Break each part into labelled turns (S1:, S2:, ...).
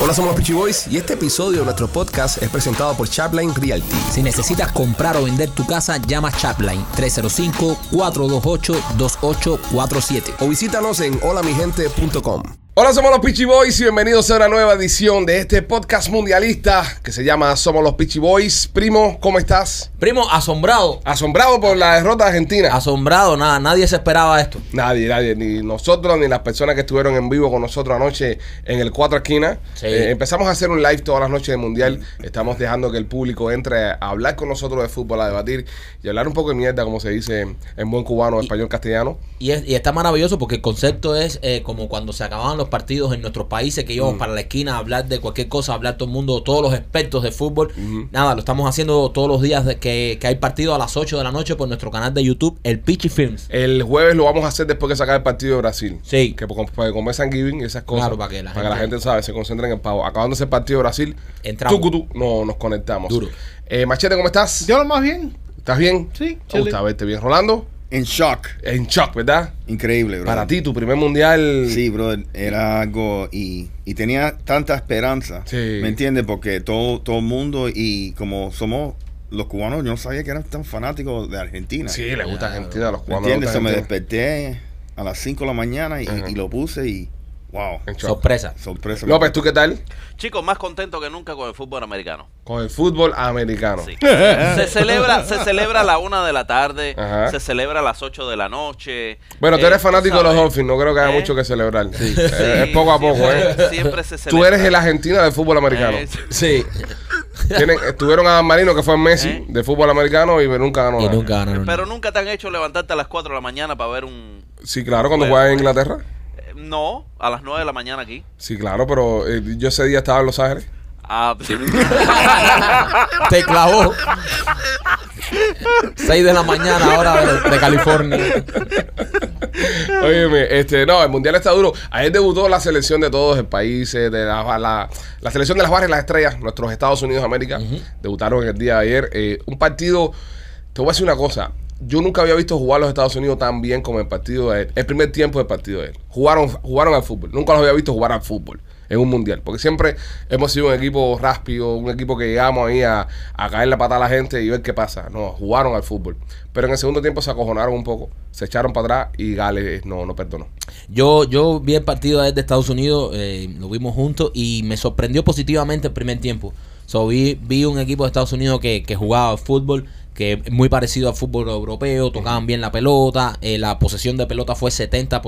S1: Hola, somos los Peachy Boys y este episodio de nuestro podcast es presentado por Chapline Realty.
S2: Si necesitas comprar o vender tu casa, llama Chapline 305-428-2847.
S1: O visítanos en holamigente.com. Hola, somos los Peachy Boys y bienvenidos a una nueva edición de este podcast mundialista que se llama Somos los Peachy Boys. Primo, ¿cómo estás?
S3: Primo, asombrado.
S1: Asombrado por la derrota de argentina.
S3: Asombrado, nada, nadie se esperaba esto.
S1: Nadie, nadie, ni nosotros ni las personas que estuvieron en vivo con nosotros anoche en el Cuatro Esquinas.
S3: Sí.
S1: Eh, empezamos a hacer un live todas las noches del Mundial. Estamos dejando que el público entre a hablar con nosotros de fútbol, a debatir y hablar un poco de mierda, como se dice en buen cubano, español, castellano.
S3: Y, es- y está maravilloso porque el concepto es eh, como cuando se acababan los partidos en nuestros países que íbamos para la esquina a hablar de cualquier cosa, a hablar todo el mundo, todos los expertos de fútbol. Nada, lo estamos haciendo todos los días de que, que hay partido a las 8 de la noche por nuestro canal de YouTube, el Pichi Films.
S1: El jueves lo vamos a hacer después que sacar el partido de Brasil.
S3: Sí.
S1: Que como, pues, como es Thanksgiving y esas cosas.
S3: Claro, para que la
S1: la
S3: gente-
S1: gente, sabe, se concentre en el pavo. Acabándose el partido de Brasil,
S3: Entramos.
S1: tucutú, no, nos conectamos.
S3: Duro.
S1: Eh, Machete, ¿cómo estás?
S4: Yo lo más bien.
S1: ¿Estás bien?
S4: Sí,
S1: Me gusta
S4: chile.
S1: verte bien, Rolando.
S4: En shock.
S1: En shock, ¿verdad?
S4: Increíble, bro.
S1: Para ti, tu primer mundial.
S4: Sí, brother, era algo y, y tenía tanta esperanza.
S1: Sí.
S4: ¿Me entiendes? Porque todo todo el mundo y como somos los cubanos, yo no sabía que eran tan fanáticos de Argentina.
S1: Sí, le gusta
S3: Claro.
S1: Argentina a los
S4: ¿Me
S1: cubanos.
S4: entiendes?
S1: le
S4: So,
S1: gusta
S4: me
S1: Argentina.
S4: desperté a las 5 de la mañana y,
S1: Ajá.
S4: y lo puse y wow,
S1: En shock.
S3: Sorpresa.
S4: sorpresa.
S1: López, ¿tú qué tal?
S5: Chicos, más contento que nunca con el fútbol americano.
S1: Con el fútbol americano.
S5: Sí. se celebra, se celebra a la una de la tarde,
S1: Eh. Ajá.
S5: se celebra a las 8 de la noche.
S1: Bueno, tú
S5: Eh,
S1: eres fanático de los
S5: sabes,
S1: Dolphins, no creo que haya
S5: ¿Eh?
S1: mucho que celebrar. Eh,
S5: sí,
S1: es poco a poco,
S5: siempre-
S1: ¿eh?
S5: Siempre se celebra.
S1: Tú eres el Argentina del fútbol americano.
S5: Eh, sí.
S3: Sí.
S1: Tienen, estuvieron a Dan Marino, que fue Messi,
S5: ¿Eh?
S1: de fútbol americano, y nunca ganó
S3: Y
S1: nada.
S3: nunca ganaron.
S5: Pero nunca te han hecho levantarte a las 4 de la mañana para ver un...
S1: Sí, claro, cuando
S5: Bueno,
S1: jugaba en
S5: bueno.
S1: Inglaterra.
S5: eh, No, a las 9 de la mañana aquí.
S1: Sí, claro, pero eh, yo ese día estaba en Los Ángeles.
S5: Ah,
S3: Te clavó. 6 de la mañana, ahora de, de California.
S1: Óyeme, este, no, el Mundial está duro. Ayer debutó la selección de todos los países, de la, la- la selección de las barras y las estrellas, nuestros Estados Unidos de América, debutaron en el día de ayer. Eh, un partido, te voy a decir una cosa, yo nunca había visto jugar a los Estados Unidos tan bien como el partido de ayer, el primer tiempo del partido de ayer. Jugaron, jugaron al fútbol, nunca los había visto jugar al fútbol en un mundial, porque siempre hemos sido un equipo rápido, un equipo que llegamos ahí a, a caer la pata a la gente y ver qué pasa. No, jugaron al fútbol. Pero en el segundo tiempo se acojonaron un poco, se echaron para atrás y Gales no, no perdonó.
S3: Yo, yo vi el partido ayer de Estados Unidos, eh, lo vimos juntos y me sorprendió positivamente el primer tiempo. So, vi, vi un equipo de Estados Unidos que, que jugaba fútbol, que es muy parecido al fútbol europeo, tocaban bien la pelota, eh, la posesión de pelota fue 70%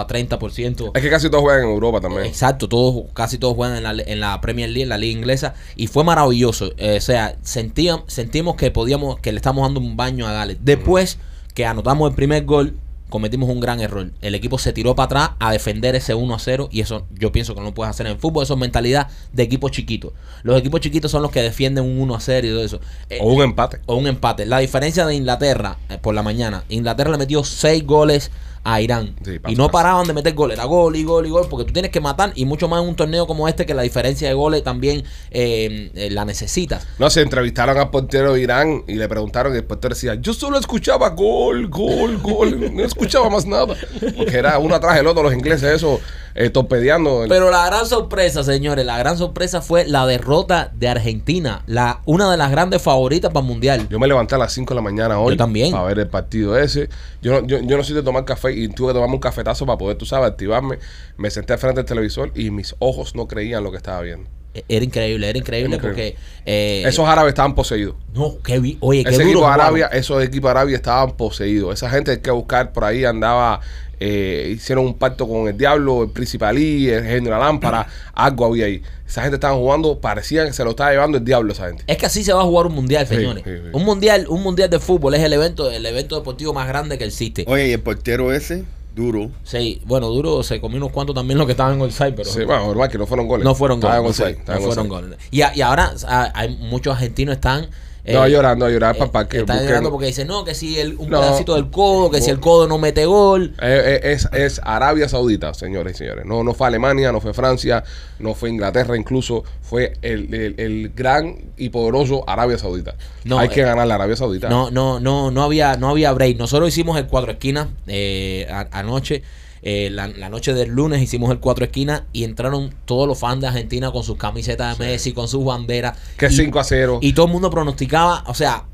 S3: a 30%.
S1: Es que casi todos juegan en Europa también.
S3: Exacto, todos, casi todos juegan en la, en la Premier League, en la liga inglesa, y fue maravilloso. Eh, o sea, sentían, sentimos que podíamos, que le estamos dando un baño a Gales. Después que anotamos el primer gol, cometimos un gran error. El equipo se tiró para atrás a defender ese 1 a 0, y eso yo pienso que no lo puedes hacer en el fútbol. Eso es mentalidad de equipos chiquitos. Los equipos chiquitos son los que defienden un 1 a 0 y todo eso. Eh,
S1: O un empate.
S3: o un empate. La diferencia de Inglaterra eh, por la mañana, Inglaterra le metió seis goles a Irán
S1: Sí, paso,
S3: y no
S1: paso.
S3: paraban de meter goles, era gol y gol y gol, porque tú tienes que matar y mucho más en un torneo como este que la diferencia de goles también eh, eh, la necesitas.
S1: No, se entrevistaron al portero de Irán y le preguntaron y el portero decía, yo solo escuchaba gol, gol, gol, no escuchaba más nada. Porque era uno atrás del otro, los ingleses eso, eh, torpedeando. el-
S3: Pero la gran sorpresa, señores, la gran sorpresa fue la derrota de Argentina, la una de las grandes favoritas para el mundial.
S1: Yo me levanté a las 5 de la mañana hoy
S3: Yo también.
S1: para ver el partido ese. Yo no, yo, yo no soy de tomar café y tuve que tomarme un cafetazo para poder, tú sabes, activarme. Me senté al frente del televisor y mis ojos no creían lo que estaba viendo.
S3: Eh, Era increíble, era increíble
S1: Era increíble.
S3: porque eh,
S1: Esos árabes estaban poseídos.
S3: no, qué vi- oye, qué
S1: Ese
S3: duro
S1: equipo de
S3: jugaron.
S1: Arabia, esos equipos de Arabia estaban poseídos. Esa gente hay que buscar por ahí andaba, eh, hicieron un pacto con el diablo, el príncipe Ali, el genio de la lámpara, algo había ahí. Esa gente estaban jugando, parecían que se lo estaba llevando el diablo esa gente.
S3: Es que así se va a jugar un mundial,
S1: Sí,
S3: señores.
S1: sí, sí.
S3: Un mundial, un mundial de fútbol es el evento, el evento deportivo más grande que existe.
S4: Oye, y el portero ese, duro.
S3: Sí, bueno, duro se comió unos cuantos también los que estaban en Golside, pero
S1: Sí, bueno, normal que no fueron goles.
S3: no fueron
S1: Estaban
S3: goles. No,
S1: offside,
S3: fue-
S1: estaban
S3: no fueron
S1: offside.
S3: goles. Y, a- y ahora a- hay muchos argentinos están eh,
S1: No, llorando, llorar,
S3: eh,
S1: papá. Que
S3: están
S1: busquen-
S3: llorando porque dicen, no, que si el, un
S1: No.
S3: pedacito del codo, que si el codo no mete gol.
S1: Eh, eh, es, es Arabia Saudita, señores y señores. No, no fue Alemania, no fue Francia, no fue Inglaterra, incluso fue el, el- el gran y poderoso Arabia Saudita.
S3: No,
S1: Hay que
S3: eh,
S1: ganar la Arabia Saudita.
S3: No, no, no, no había, no había break. Nosotros hicimos el cuatro esquinas eh, a- anoche. Eh, la, la noche del lunes hicimos el cuatro esquinas y entraron todos los fans de Argentina con sus camisetas de Messi, con sus banderas.
S1: Que
S3: Y-
S1: 5 a 0.
S3: y todo el mundo pronosticaba, o sea,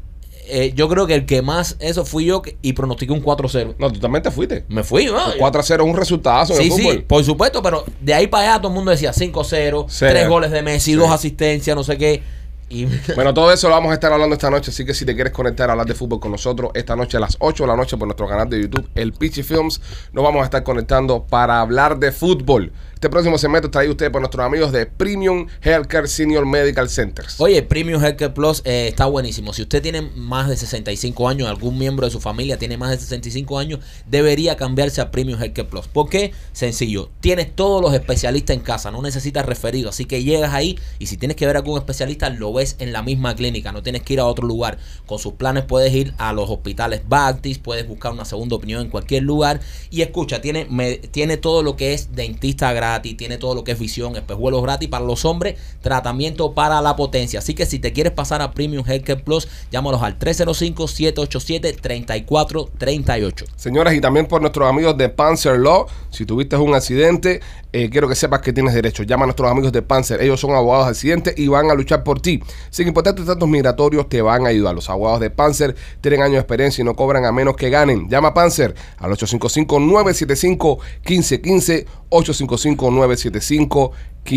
S3: eh, yo creo que el que más eso fui yo que- y pronostiqué un 4-0.
S1: No, tú también te fuiste.
S3: Me fui, ¿no?
S1: 4 Pues a 0 es un resultado en
S3: Sí,
S1: el
S3: sí,
S1: fútbol.
S3: por supuesto, pero de ahí para allá todo el mundo decía 5-0,
S1: Sí.
S3: 3 goles de Messi,
S1: Sí.
S3: 2 asistencias, no sé qué. Y
S1: Bueno, todo eso lo vamos a estar hablando esta noche, así que si te quieres conectar a hablar de fútbol con nosotros esta noche a las 8 de la noche por nuestro canal de YouTube, el Pichi Films, nos vamos a estar conectando para hablar de fútbol. Este próximo segmento traído usted por nuestros amigos de Premium Healthcare Senior Medical Centers.
S3: Oye, Premium Healthcare Plus eh, está buenísimo. Si usted tiene más de 65 años, algún miembro de su familia tiene más de 65 años, debería cambiarse a Premium Healthcare Plus. ¿Por qué? Sencillo. Tienes todos los especialistas en casa, no necesitas referido. Así que llegas ahí y si tienes que ver a algún especialista, lo ves en la misma clínica. No tienes que ir a otro lugar. Con sus planes puedes ir a los hospitales Baptist, puedes buscar una segunda opinión en cualquier lugar. Y escucha, tiene, me- tiene todo lo que es dentista gratis, tiene todo lo que es visión, espejuelos gratis para los hombres, tratamiento para la potencia. Así que si te quieres pasar a Premium Healthcare Plus, llámalos al 305-787-3438.
S1: Señoras, y también por nuestros amigos de Panzer Law. Si tuviste un accidente, eh, quiero que sepas que tienes derecho. Llama a nuestros amigos de Panzer. Ellos son abogados de accidentes y van a luchar por ti. Sin importar tus datos migratorios, te van a ayudar. Los abogados de Panzer tienen años de experiencia y no cobran a menos que ganen. Llama a Panzer al 855-975-1515.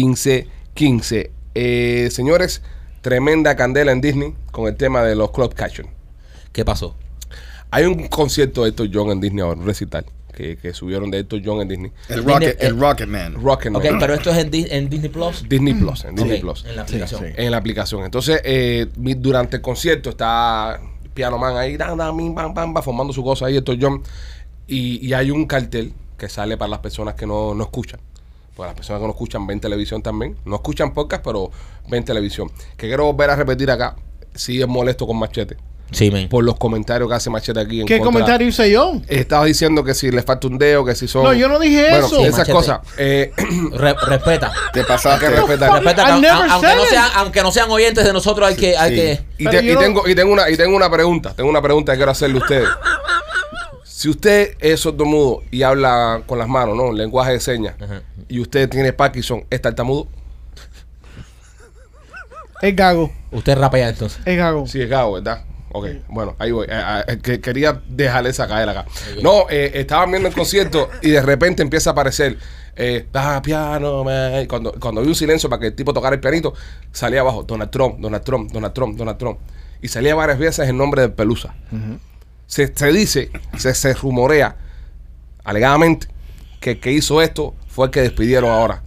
S1: 855-975-1515. Eh, señores, tremenda candela en Disney con el tema de los club caption.
S3: ¿Qué pasó?
S1: Hay un concierto de Elton John en Disney ahora, un recital que, que subieron de Elton John en Disney.
S4: El
S3: Viene-
S4: Rocket, el
S3: eh,
S4: Rocket Man.
S1: Rocketman.
S3: Ok, pero esto es en, Di- en Disney Plus.
S1: Disney Plus, en Disney
S3: Ok,
S1: Plus.
S3: En la aplicación.
S4: sí.
S1: En la aplicación. Entonces, eh, mi- durante el concierto está Piano Man ahí, da, da, mi, bam, bam, bam, formando su cosa ahí, Elton John. Y, y hay un cartel que sale para las personas que no, no escuchan. Pues las personas que no escuchan ven televisión también. No escuchan podcast, pero ven televisión. Que quiero volver a repetir acá. Sí es molesto con Machete.
S3: Sí, men.
S1: Por los comentarios que hace Machete aquí. en
S6: ¿Qué
S1: contra-
S6: comentario hice yo?
S1: Estabas diciendo que si le falta un dedo, que si son.
S6: No, yo no dije
S1: Bueno,
S6: eso.
S1: esas
S3: Machete.
S1: cosas. Eh,
S3: Re- respeta.
S4: Te
S1: hay
S4: pasaste.
S1: que respetar.
S3: Respeta,
S6: I
S3: aun-
S6: never
S3: aunque,
S6: said
S3: no
S6: it.
S3: sean, aunque no sean oyentes de nosotros, hay que... Hay
S4: sí.
S3: que
S1: Y,
S6: Pero
S1: te-
S6: yo
S1: y
S6: no-
S1: tengo, y tengo una, y tengo una pregunta. Tengo una pregunta que quiero hacerle a ustedes. Si usted es sordomudo y habla con las manos, ¿no? Lenguaje de señas.
S3: Ajá.
S1: Y usted tiene Parkinson, ¿es tartamudo?
S6: Es gago,
S3: Usted rapea entonces.
S6: es gago.
S1: Sí, es Gabo, ¿verdad? Ok, bueno, ahí voy. Eh, ah, eh, que- quería dejarle esa caer acá. No, eh, estaban viendo el concierto y de repente empieza a aparecer. Eh, ah, piano, man. Y Cuando, cuando vi un silencio para que el tipo tocara el pianito, salía abajo Donald Trump, Donald Trump, Donald Trump, Donald Trump. Y salía varias veces el nombre de Pelusa. se, se dice, se, se rumorea, alegadamente, que el que hizo esto fue el que despidieron ahora.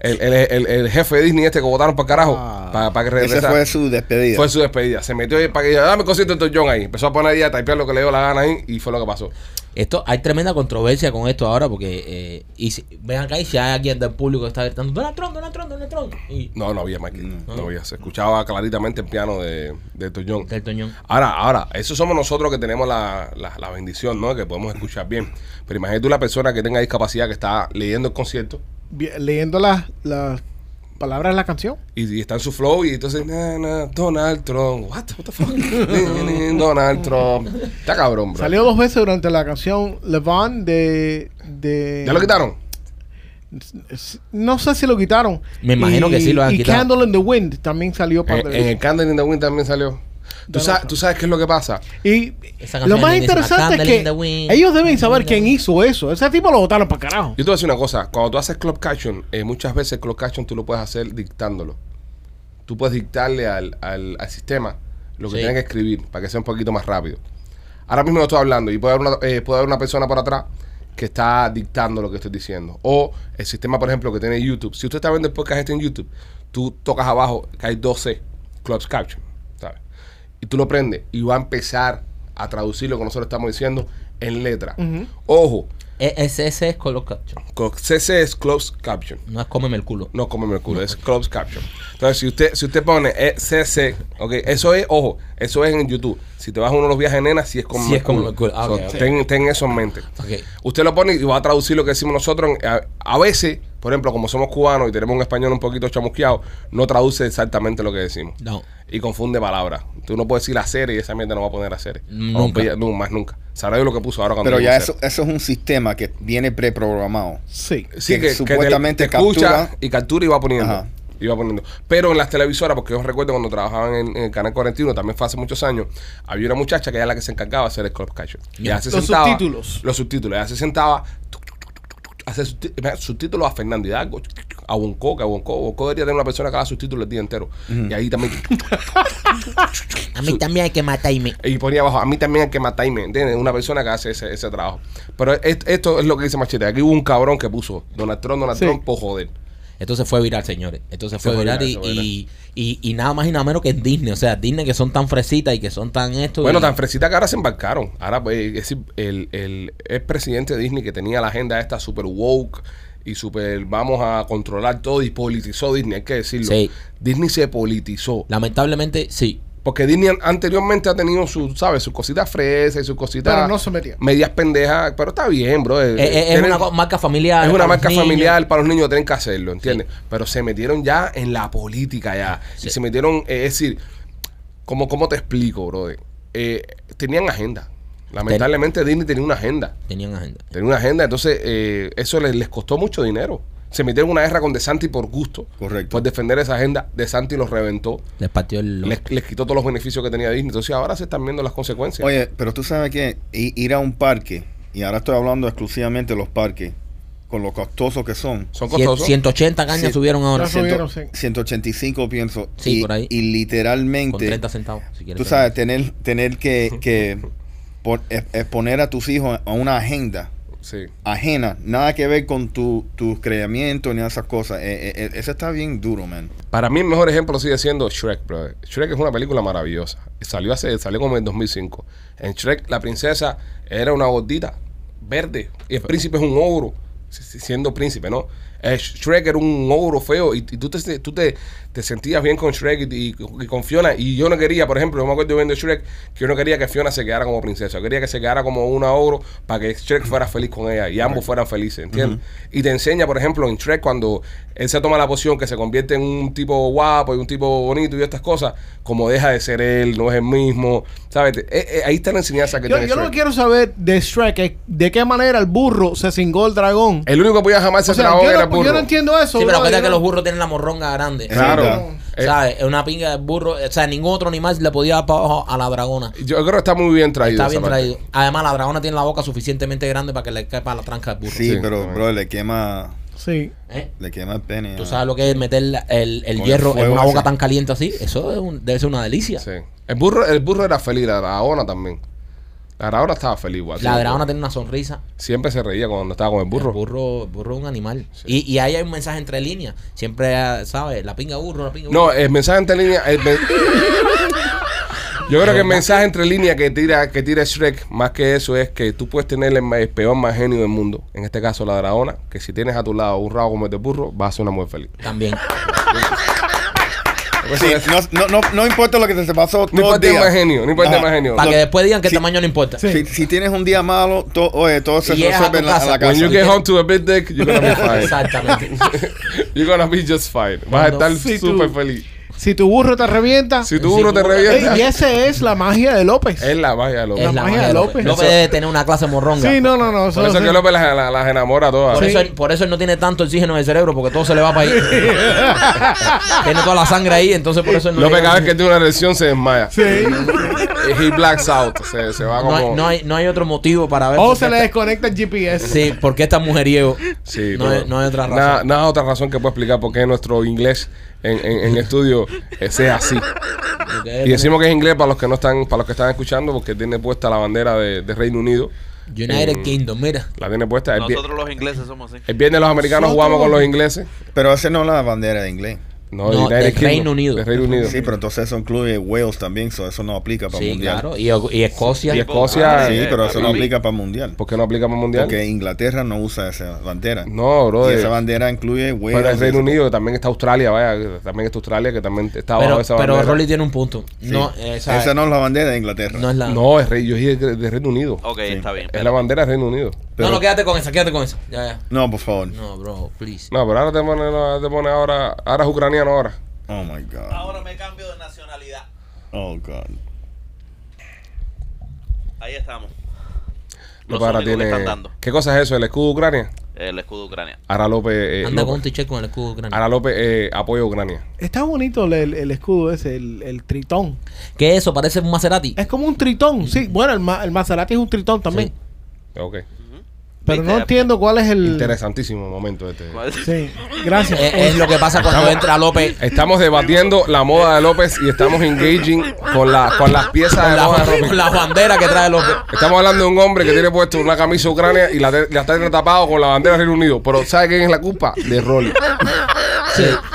S1: El, el- el- el jefe de Disney este que votaron para carajo, para, para que
S4: Esa
S1: regresara.
S4: fue su despedida.
S1: Fue su despedida. Se metió ahí para que yo, dame concierto de John ahí. Empezó a poner ahí a typear lo que le dio la gana ahí y fue lo que pasó.
S3: Esto, hay tremenda controversia con esto ahora porque eh, y si- ven acá y si hay alguien del público que está gritando Donald Trump, Donald Trump, Donald Trump y
S1: No, no había Michael. No, había. Se escuchaba claritamente el piano de, de Elton John.
S3: del Toñón.
S1: Ahora, ahora, eso somos nosotros que tenemos la, la- la bendición, ¿no? Que podemos escuchar bien. Pero imagínate tú la persona que tenga discapacidad que está leyendo el concierto
S6: Vi- Leyendo las las palabras de la canción.
S1: y, y está en su flow y entonces, na, na, Donald Trump, what, what the fuck, Ni, ni, Donald Trump. Está cabrón, bro.
S6: Salió dos veces durante la canción Levon de, de...
S1: ¿Ya lo quitaron?
S6: S- No sé si lo quitaron.
S3: Me imagino que sí lo han
S6: y
S3: quitado.
S6: Candle in the Wind también salió para...
S1: Eh, En, en el Candle in the Wind también salió. ¿Tú
S6: Donald
S1: sabes,
S6: Trump.
S1: ¿Tú sabes qué es lo que pasa?
S6: Y
S3: Esa
S6: lo
S3: canción
S6: más
S3: de Disney,
S6: interesante es
S3: Candle in
S6: que
S3: the Wind.
S6: ellos deben saber quién hizo eso. Ese tipo lo votaron para carajo.
S1: Yo te voy a decir una cosa, cuando tú haces club caption, eh, muchas veces club caption tú lo puedes hacer dictándolo. Tú puedes dictarle al, al- al sistema lo que
S3: Sí.
S1: tienen que escribir para que sea un poquito más rápido. Ahora mismo yo estoy hablando y puede haber, una, eh, puede haber una persona por atrás que está dictando lo que estoy diciendo. O el sistema, por ejemplo, que tiene YouTube. Si usted está viendo el podcast este en YouTube, tú tocas abajo que hay 12 club caption, ¿sabes? y tú lo prendes y va a empezar a traducir lo que nosotros estamos diciendo en letra. Ojo,
S3: E- Ese, ese es Color Capture,
S1: con CC es closed caption.
S3: no es cómeme el culo.
S1: No come mercurio, es closed caption. Entonces, si usted, si usted pone eh, CC, ok, eso es, ojo, eso es en YouTube. Si te vas a uno de los viajes, nena, si es como
S3: Sí es come mercurio. Ah, ok, ok.
S1: ten, ten eso en mente.
S3: Ok.
S1: Usted lo pone y va a traducir lo que decimos nosotros. en- A, a veces por ejemplo, como somos cubanos y tenemos un español un poquito chamusqueado, no traduce exactamente lo que decimos.
S3: No.
S1: Y confunde palabras. Tú no puedes decir hacer y esa mierda no va a poner hacer.
S3: Nunca.
S1: O, no, más nunca. Sabrá yo lo que puso ahora cuando
S4: Pero
S1: digo
S4: ya
S1: hacer.
S4: eso, eso es un sistema que viene preprogramado.
S6: Sí.
S1: Sí,
S4: que
S1: que, supuestamente
S4: supuestamente
S1: escucha
S4: captura-
S1: y captura y va poniendo.
S4: Ajá.
S1: Y va poniendo. Pero en las televisoras, porque yo recuerdo cuando trabajaban en, en el Canal 41, también fue hace muchos años, había una muchacha que era la que se encargaba de hacer el club catcher. Y ella se
S6: Los
S1: sentaba-
S6: subtítulos.
S1: Los subtítulos. Ella se sentaba, tuc, tuc, tuc, tuc, tuc, hacer subtí- imagínate, subtítulos a Fernando Hidalgo, tuc, tuc, tuc, a Bonco, que a Bonco, Bonco debería tener una persona que haga subtítulos el día entero. Y ahí también, tuc, tuc,
S3: A mí también hay que matarme.
S1: y ponía abajo, a mí también hay que matarme, ¿entiendes? Una persona que hace ese, ese trabajo. Pero est- esto es lo que dice Machete. Aquí hubo un cabrón que puso Donald Trump, Donald
S6: Sí.
S1: Trump, por joder.
S3: Entonces fue viral, señores. Entonces fue,
S1: Se fue
S3: viral,
S1: viral,
S3: y,
S1: se fue
S3: y, y- y nada más y nada menos que en Disney. O sea, Disney que son tan fresitas y que son tan esto.
S1: Bueno,
S3: y-
S1: tan fresita que ahora se embarcaron. Ahora, pues, es decir, el, el expresidente de Disney que tenía la agenda esta super woke y super vamos a controlar todo y politizó Disney, hay que decirlo.
S3: Sí.
S1: Disney se politizó.
S3: Lamentablemente, sí.
S1: Porque Disney an- anteriormente ha tenido sus, ¿sabes? Sus cositas fresas y sus cositas...
S6: Pero no se metía.
S1: Medias pendejas, pero está bien, bro. eh,
S3: Es, Eh, es- es
S1: Tienen-
S3: una co- marca familiar.
S1: es una
S3: para los
S1: marca
S3: niños.
S1: familiar para los niños, tienen que hacerlo, ¿entiendes? Pero se metieron ya en la política ya.
S3: Sí.
S1: Y se metieron, eh, es decir, ¿cómo, cómo te explico, brother? Eh, tenían agenda. Lamentablemente Disney tenía una agenda.
S3: Tenían agenda.
S1: Tenía una agenda, entonces eh, eso les, les costó mucho dinero. Se metieron en una guerra con DeSanti por gusto.
S4: Correcto.
S1: Por defender esa agenda, DeSanti los reventó.
S3: Les partió el.
S1: Les, les quitó todos los beneficios que tenía Disney. Entonces ahora se están viendo las consecuencias.
S4: Oye, pero tú sabes que i- ir a un parque, y ahora estoy hablando exclusivamente de los parques, con lo costosos que son.
S1: Son
S3: Cien-
S1: costosos.
S3: 180 cañas
S4: Sí.
S3: subieron ahora.
S6: Claro. Subieron, sí.
S4: 185 pienso.
S3: Sí,
S4: y,
S3: por ahí.
S4: y
S3: Con
S4: literalmente,
S3: 30 centavos. Si quieres
S4: tú sabes, tener, tener que, que por- ex- exponer a tus hijos a una agenda
S1: Sí.
S4: ajena, nada que ver con tu, tus creamientos ni esas cosas. Eh, eh, eh, eso está bien duro, man.
S1: Para mí el mejor ejemplo sigue siendo Shrek, brother. Shrek es una película maravillosa. Salió hace, salió como en 2005. En Shrek la princesa era una gordita verde y el príncipe es un ogro si- si- siendo príncipe, ¿no? Eh, Shrek era un ogro feo y, y tú, te, tú te, te sentías bien con Shrek y, y- y con Fiona y yo no quería, por ejemplo, yo me acuerdo viendo Shrek que yo no quería que Fiona se quedara como princesa, yo quería que se quedara como una ogro para que Shrek fuera feliz con ella y ambos fueran felices, ¿entiendes? Y te enseña, por ejemplo, en Shrek cuando él se toma la poción que se convierte en un tipo guapo y un tipo bonito y estas cosas, como deja de ser él, no es el mismo, ¿sabes? Eh, eh, ahí está la enseñanza que
S6: Yo,
S1: tiene
S6: yo lo que
S1: Shrek.
S6: quiero saber de Shrek es de qué manera el burro se cingó el dragón.
S1: El único que podía jamás
S6: O
S1: ser
S6: sea,
S1: dragón
S6: yo,
S1: era
S6: no,
S1: burro.
S6: yo no entiendo
S3: Sí,
S6: eso.
S3: pero
S6: bro,
S3: acuérdate
S6: yo
S3: que
S6: no-
S3: los burros tienen la morronga grande.
S1: Claro.
S4: Sí,
S1: Eh,
S3: ¿Sabes? Es una pinga de burro. O sea, ningún otro animal le podía dar para abajo a la dragona.
S1: yo creo que está muy bien traído.
S3: Está
S1: esa
S3: bien
S1: parte.
S3: traído. Además, la dragona tiene la boca suficientemente grande para que le quepa la tranca al burro.
S4: Sí,
S1: Sí,
S4: pero,
S1: correcto.
S4: bro, le quema,
S6: Sí.
S3: ¿Eh?
S4: le quema el pene.
S3: Tú
S4: ah.
S3: sabes lo que es meter la- el, el
S4: Con el
S3: hierro en
S4: fuego
S3: una boca
S4: ese.
S3: tan caliente así. Eso es un- debe ser una delicia.
S1: Sí. El burro, el burro era feliz, la dragona también. La dragona estaba feliz igual.
S3: La
S1: Sí.
S3: dragona tiene una sonrisa.
S1: Siempre se reía cuando estaba con el burro.
S3: El burro, el burro es un animal. Y, y ahí hay un mensaje entre líneas. Siempre, ah, ¿sabes? La pinga burro, la pinga burro.
S1: No, el mensaje entre líneas. el men- Yo creo que el mensaje entre líneas que tira, que tira Shrek, más que eso, es que tú puedes tener el, ma- el peor más genio del mundo. En este caso, la dragona, que si tienes a tu lado un rabo como el de burro, vas a ser una mujer feliz.
S3: También.
S4: Sí, no, no, no, no importa lo que te se pasó
S1: No
S4: todo el
S1: importa el
S4: día.
S1: más genio, no importa
S3: Ah,
S1: el
S4: Ajá.
S1: más genio.
S3: Para que
S4: Lo-
S3: después digan que
S4: sí.
S3: el tamaño no importa.
S4: Si, si tienes un día malo, to- oye, todo se
S3: Y llegas a
S4: resuelve
S3: tu
S4: en la, a la
S3: casa.
S1: When you
S4: casa.
S1: get home to a big dick, you're gonna be fine.
S3: Exactamente.
S1: You're gonna be just fine. Vas a
S3: Cuando-
S1: estar
S6: Sí, tú-
S1: súper feliz.
S6: Si tu burro te revienta.
S1: Si tu
S3: Sí,
S1: burro
S3: tú-
S1: te
S6: Ey, y
S1: revienta,
S6: esa es la magia de López.
S1: es la magia de los
S3: es la magia de López. López
S1: Eso-
S3: debe tener una clase morronga.
S6: Sí, no, no,
S1: Por
S6: no.
S1: eso
S6: sí.
S1: es que López las, las- las enamora a todas.
S3: Por,
S6: Sí.
S3: eso, él- por eso él no tiene tanto oxígeno en el cerebro, porque todo se le va para ahí. tiene toda la sangre ahí, entonces por eso él no
S1: López
S3: llega-
S1: cada vez que tiene una lesión se desmaya. Sí. He blacks out. Se, se va
S3: no,
S1: como...
S3: hay, no, hay, no hay otro motivo para ver.
S6: O
S3: por qué
S6: se le
S3: está-
S6: desconecta el GPS.
S3: Sí, porque está mujeriego.
S1: Sí,
S3: no, hay, no hay otra razón.
S1: Nada, nada otra razón que pueda explicar por qué nuestro inglés en, en, en estudio eh, sea así.
S3: Porque
S1: Y decimos que es inglés para los que no están, para los que están escuchando, porque tiene puesta la bandera de, de Reino Unido.
S3: United
S1: Eh,
S3: Kingdom, mira.
S1: La tiene puesta. El, vi-
S5: Nosotros los ingleses somos así.
S1: el viernes los americanos jugamos con los ingleses.
S4: Pero esa no es la bandera de inglés.
S1: No,
S3: No,
S1: United
S3: del
S1: Kingdom,
S3: Reino Unido.
S1: del Reino Unido.
S4: Sí, pero entonces eso incluye Wales también, so eso no aplica para el
S3: Sí,
S4: mundial.
S3: claro. Y, y Escocia.
S1: Y Escocia,
S4: Ah, Sí,
S1: Eh,
S4: pero eso no
S5: papi.
S4: aplica para el mundial.
S1: ¿Por qué no aplicamos mundial?
S4: Porque Inglaterra no usa esa bandera.
S1: No, bro.
S4: y esa bandera incluye Wales.
S1: Pero el Reino
S4: y-
S1: Unido, también está Australia, vaya, también está Australia, que también está bajo
S3: pero
S1: esa
S3: pero
S1: bandera.
S3: Rolly tiene un punto.
S4: Sí.
S3: No,
S4: esa,
S3: esa, no,
S4: no es la bandera de Inglaterra.
S3: es la.
S1: No, es rey, yo dije que de Reino Unido.
S5: Ok, está bien.
S1: Es la bandera del Reino Unido.
S4: Pero-
S3: no, no, quédate con esa, quédate con esa. Ya, ya.
S4: No, por favor.
S3: No, bro, please.
S1: No, pero ahora te pone, ahora te pone ahora, ahora es ucraniano ahora.
S4: Oh my God.
S5: Ahora me cambio de nacionalidad.
S4: Oh God.
S5: Ahí estamos.
S1: López
S5: Los
S1: ahora
S5: únicos que están dando.
S1: ¿Qué cosa es eso? ¿El escudo de Ucrania?
S5: El escudo ucraniano.
S1: Ahora López, eh,
S3: Anda con un
S1: López,
S3: t-shirt con el escudo grande.
S1: Ara López, eh, apoya a Ucrania.
S6: Está bonito el, el- el escudo ese, el, el tritón.
S3: ¿Qué es eso? Parece un Maserati.
S6: Es como un tritón, sí. Bueno, el, ma- el Maserati es un tritón también.
S3: Sí.
S1: Ok.
S6: Pero
S5: Viste,
S6: no entiendo cuál es el...
S1: Interesantísimo momento este.
S5: ¿cuál-
S6: Sí, gracias.
S3: Es, es lo que pasa cuando entra López.
S1: Estamos debatiendo la moda de López y estamos engaging con, la, con las piezas
S3: Con
S1: de
S3: la,
S1: moda de
S3: con
S1: López.
S3: la bandera que trae López.
S1: Estamos hablando de un hombre que tiene puesto una camisa ucrania y la, te- la está tapado con la bandera del Reino Unido. Pero ¿sabe quién es la culpa? De Rolly.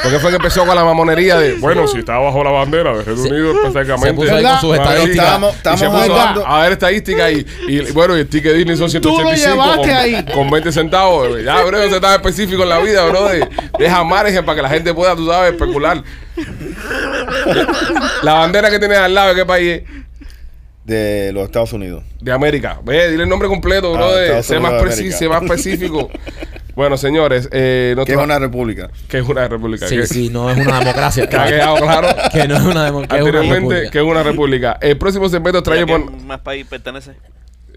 S1: Porque fue que empezó con la mamonería de, bueno, si está bajo la bandera del Reino
S3: Se-
S1: Unido, prácticamente.
S3: se puso ahí con sus
S1: Ahí
S3: estadísticas.
S1: estamos-
S4: Estamos
S1: y se puso
S4: hablando-
S1: a, a ver estadísticas y, y, bueno, y el ticket Disney son
S6: Tú lo
S1: 185
S6: llevaste
S1: con,
S6: ahí.
S1: con 20 centavos. Ya, bro, no se está específico en la vida, bro. de- Deja margen para que la gente pueda, tú sabes, especular. La bandera que tienes al lado, ¿de qué país es?
S4: De los Estados Unidos.
S1: De América. Ve, dile el nombre completo,
S4: Ah,
S1: bro. de-
S4: Estados
S1: sé
S4: Unidos
S1: más
S4: de
S1: preciso,
S4: América.
S1: sé más específico. bueno, señores, eh,
S4: Que es
S1: nosotros-
S4: una república.
S1: que es una república.
S3: Sí,
S1: que,
S3: sí, no es una democracia.
S1: que ha quedado claro
S3: Que no es una democracia. Que es una
S1: anteriormente
S3: república.
S1: que es una república. El próximo segmento
S5: ¿Y
S1: trae
S5: a qué
S1: por
S5: más país pertenece?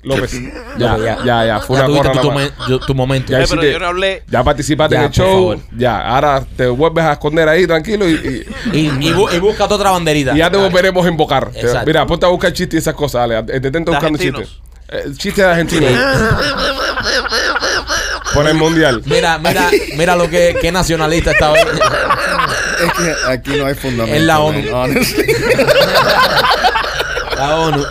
S1: López.
S3: Ya,
S1: Ya,
S3: ya.
S1: ya, ya, Fue
S3: Ya
S1: una
S3: tuviste
S1: corra
S3: tu,
S1: nada más.
S3: momen- yo- tu momento.
S1: Ya
S5: Eh,
S1: sí
S5: pero
S1: que-
S5: yo no hablé.
S1: Ya participaste
S3: Ya,
S1: en el
S3: por
S1: show.
S3: favor.
S1: Ya, ahora te vuelves a esconder ahí, tranquilo. Y,
S3: Y, y, bu- y búscate otra banderita.
S1: y- y ya te
S3: Dale.
S1: volveremos a invocar. Te-
S3: Exacto.
S1: Mira, ponte a buscar chistes y esas cosas. Dale, intenta
S5: De
S1: buscando chistes.
S5: argentinos.
S1: Eh, chistes de Argentina. Por el mundial.
S3: Mira, mira, mira lo que, qué nacionalista está hoy.
S4: Es que aquí no hay fundamento.
S3: Es la
S4: man,
S3: ONU.
S4: honestly.
S3: La ONU.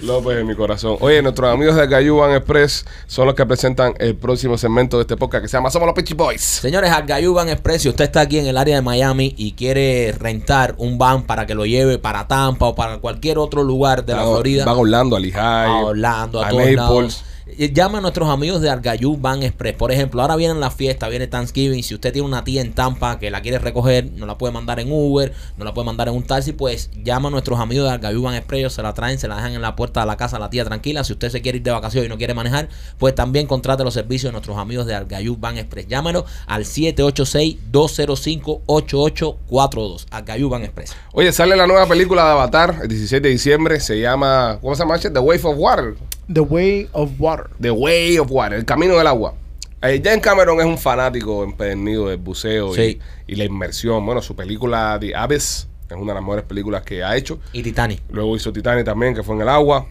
S1: López en mi corazón. Oye, nuestros amigos de Cayuban Express son los que presentan el próximo segmento de este podcast que se llama Somos los Pitchy Boys.
S3: Señores, Argayú Van Express, si usted está aquí en el área de Miami y quiere rentar un van para que lo lleve para Tampa o para cualquier otro lugar de la
S1: Van-
S3: Florida,
S1: Van Orlando, a Lehigh,
S3: a Orlando, a,
S1: a
S3: todos
S1: Naples.
S3: lados. Eh, Llama a nuestros amigos de Argayú Van Express. Por ejemplo, ahora vienen las fiestas, viene Thanksgiving. Si usted tiene una tía en Tampa que la quiere recoger, no la puede mandar en Uber, no la puede mandar en un taxi, pues llama a nuestros amigos de Argayú Van Express. Ellos se la traen, se la dejan en la puerta de la casa, la tía tranquila. Si usted se quiere ir de vacaciones y no quiere manejar, pues también contrate los servicios de nuestros amigos de Argayú Van Express. Llámenos al 786-205-8842. Argayú Van Express.
S1: Oye, sale la nueva película de Avatar el 16 de diciembre. Se llama, ¿cómo se llama? Che? The Wave of Water.
S6: The Way of Water.
S1: The Way of Water, el camino del agua. Eh, James Cameron es un fanático empedernido del buceo y-
S3: Sí.
S1: y, la inmersión. Bueno, su película The Abyss es una de las mejores películas que ha hecho.
S3: Y Titanic.
S1: Luego hizo Titanic también, que fue en el agua.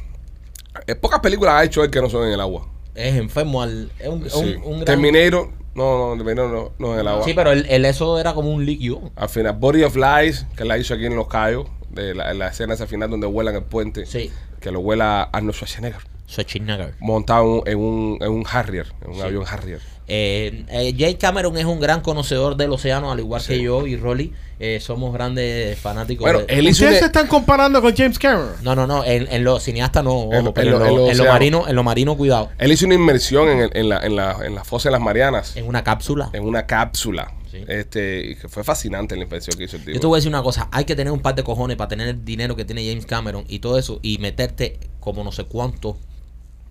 S1: Eh, pocas películas ha hecho él que no son en el agua.
S3: Es enfermo al. Es un,
S1: Sí.
S3: un- un gran-
S1: Terminator, no, no, Terminator no, no en el agua.
S3: Sí, pero el, el eso era como un líquido.
S1: Al final, Body of Lies, que la hizo aquí en Los Cayos, de la, la escena esa final donde vuelan el puente,
S3: Sí.
S1: que lo vuela Arnold Schwarzenegger,
S3: Schwarzenegger.
S1: montado en un, en un Harrier, en un avión Harrier.
S3: Eh, eh, Jay Cameron es un gran conocedor del océano, al igual que yo y Rolly. eh, somos grandes fanáticos.
S1: Bueno,
S3: de-
S1: él hizo
S6: ¿Ustedes se
S1: una,
S6: están comparando con James Cameron?
S3: No, no, no. En, en lo cineasta no. ojo,
S1: En lo-
S3: pero
S1: en
S3: en
S1: lo-
S3: lo, en
S1: en lo
S3: lo
S1: océano.
S3: marino, en lo marino, cuidado.
S1: él hizo una inmersión en, el- en, la, en, la, en la fosa de las Marianas,
S3: En una cápsula.
S1: en una cápsula.
S3: Eh. Sí.
S1: Este, y que fue fascinante la inversión que hizo el
S3: Yo te voy
S1: tipo.
S3: a decir una cosa, hay que tener un par de cojones para tener el dinero que tiene James Cameron y todo eso y meterte como no sé cuánto.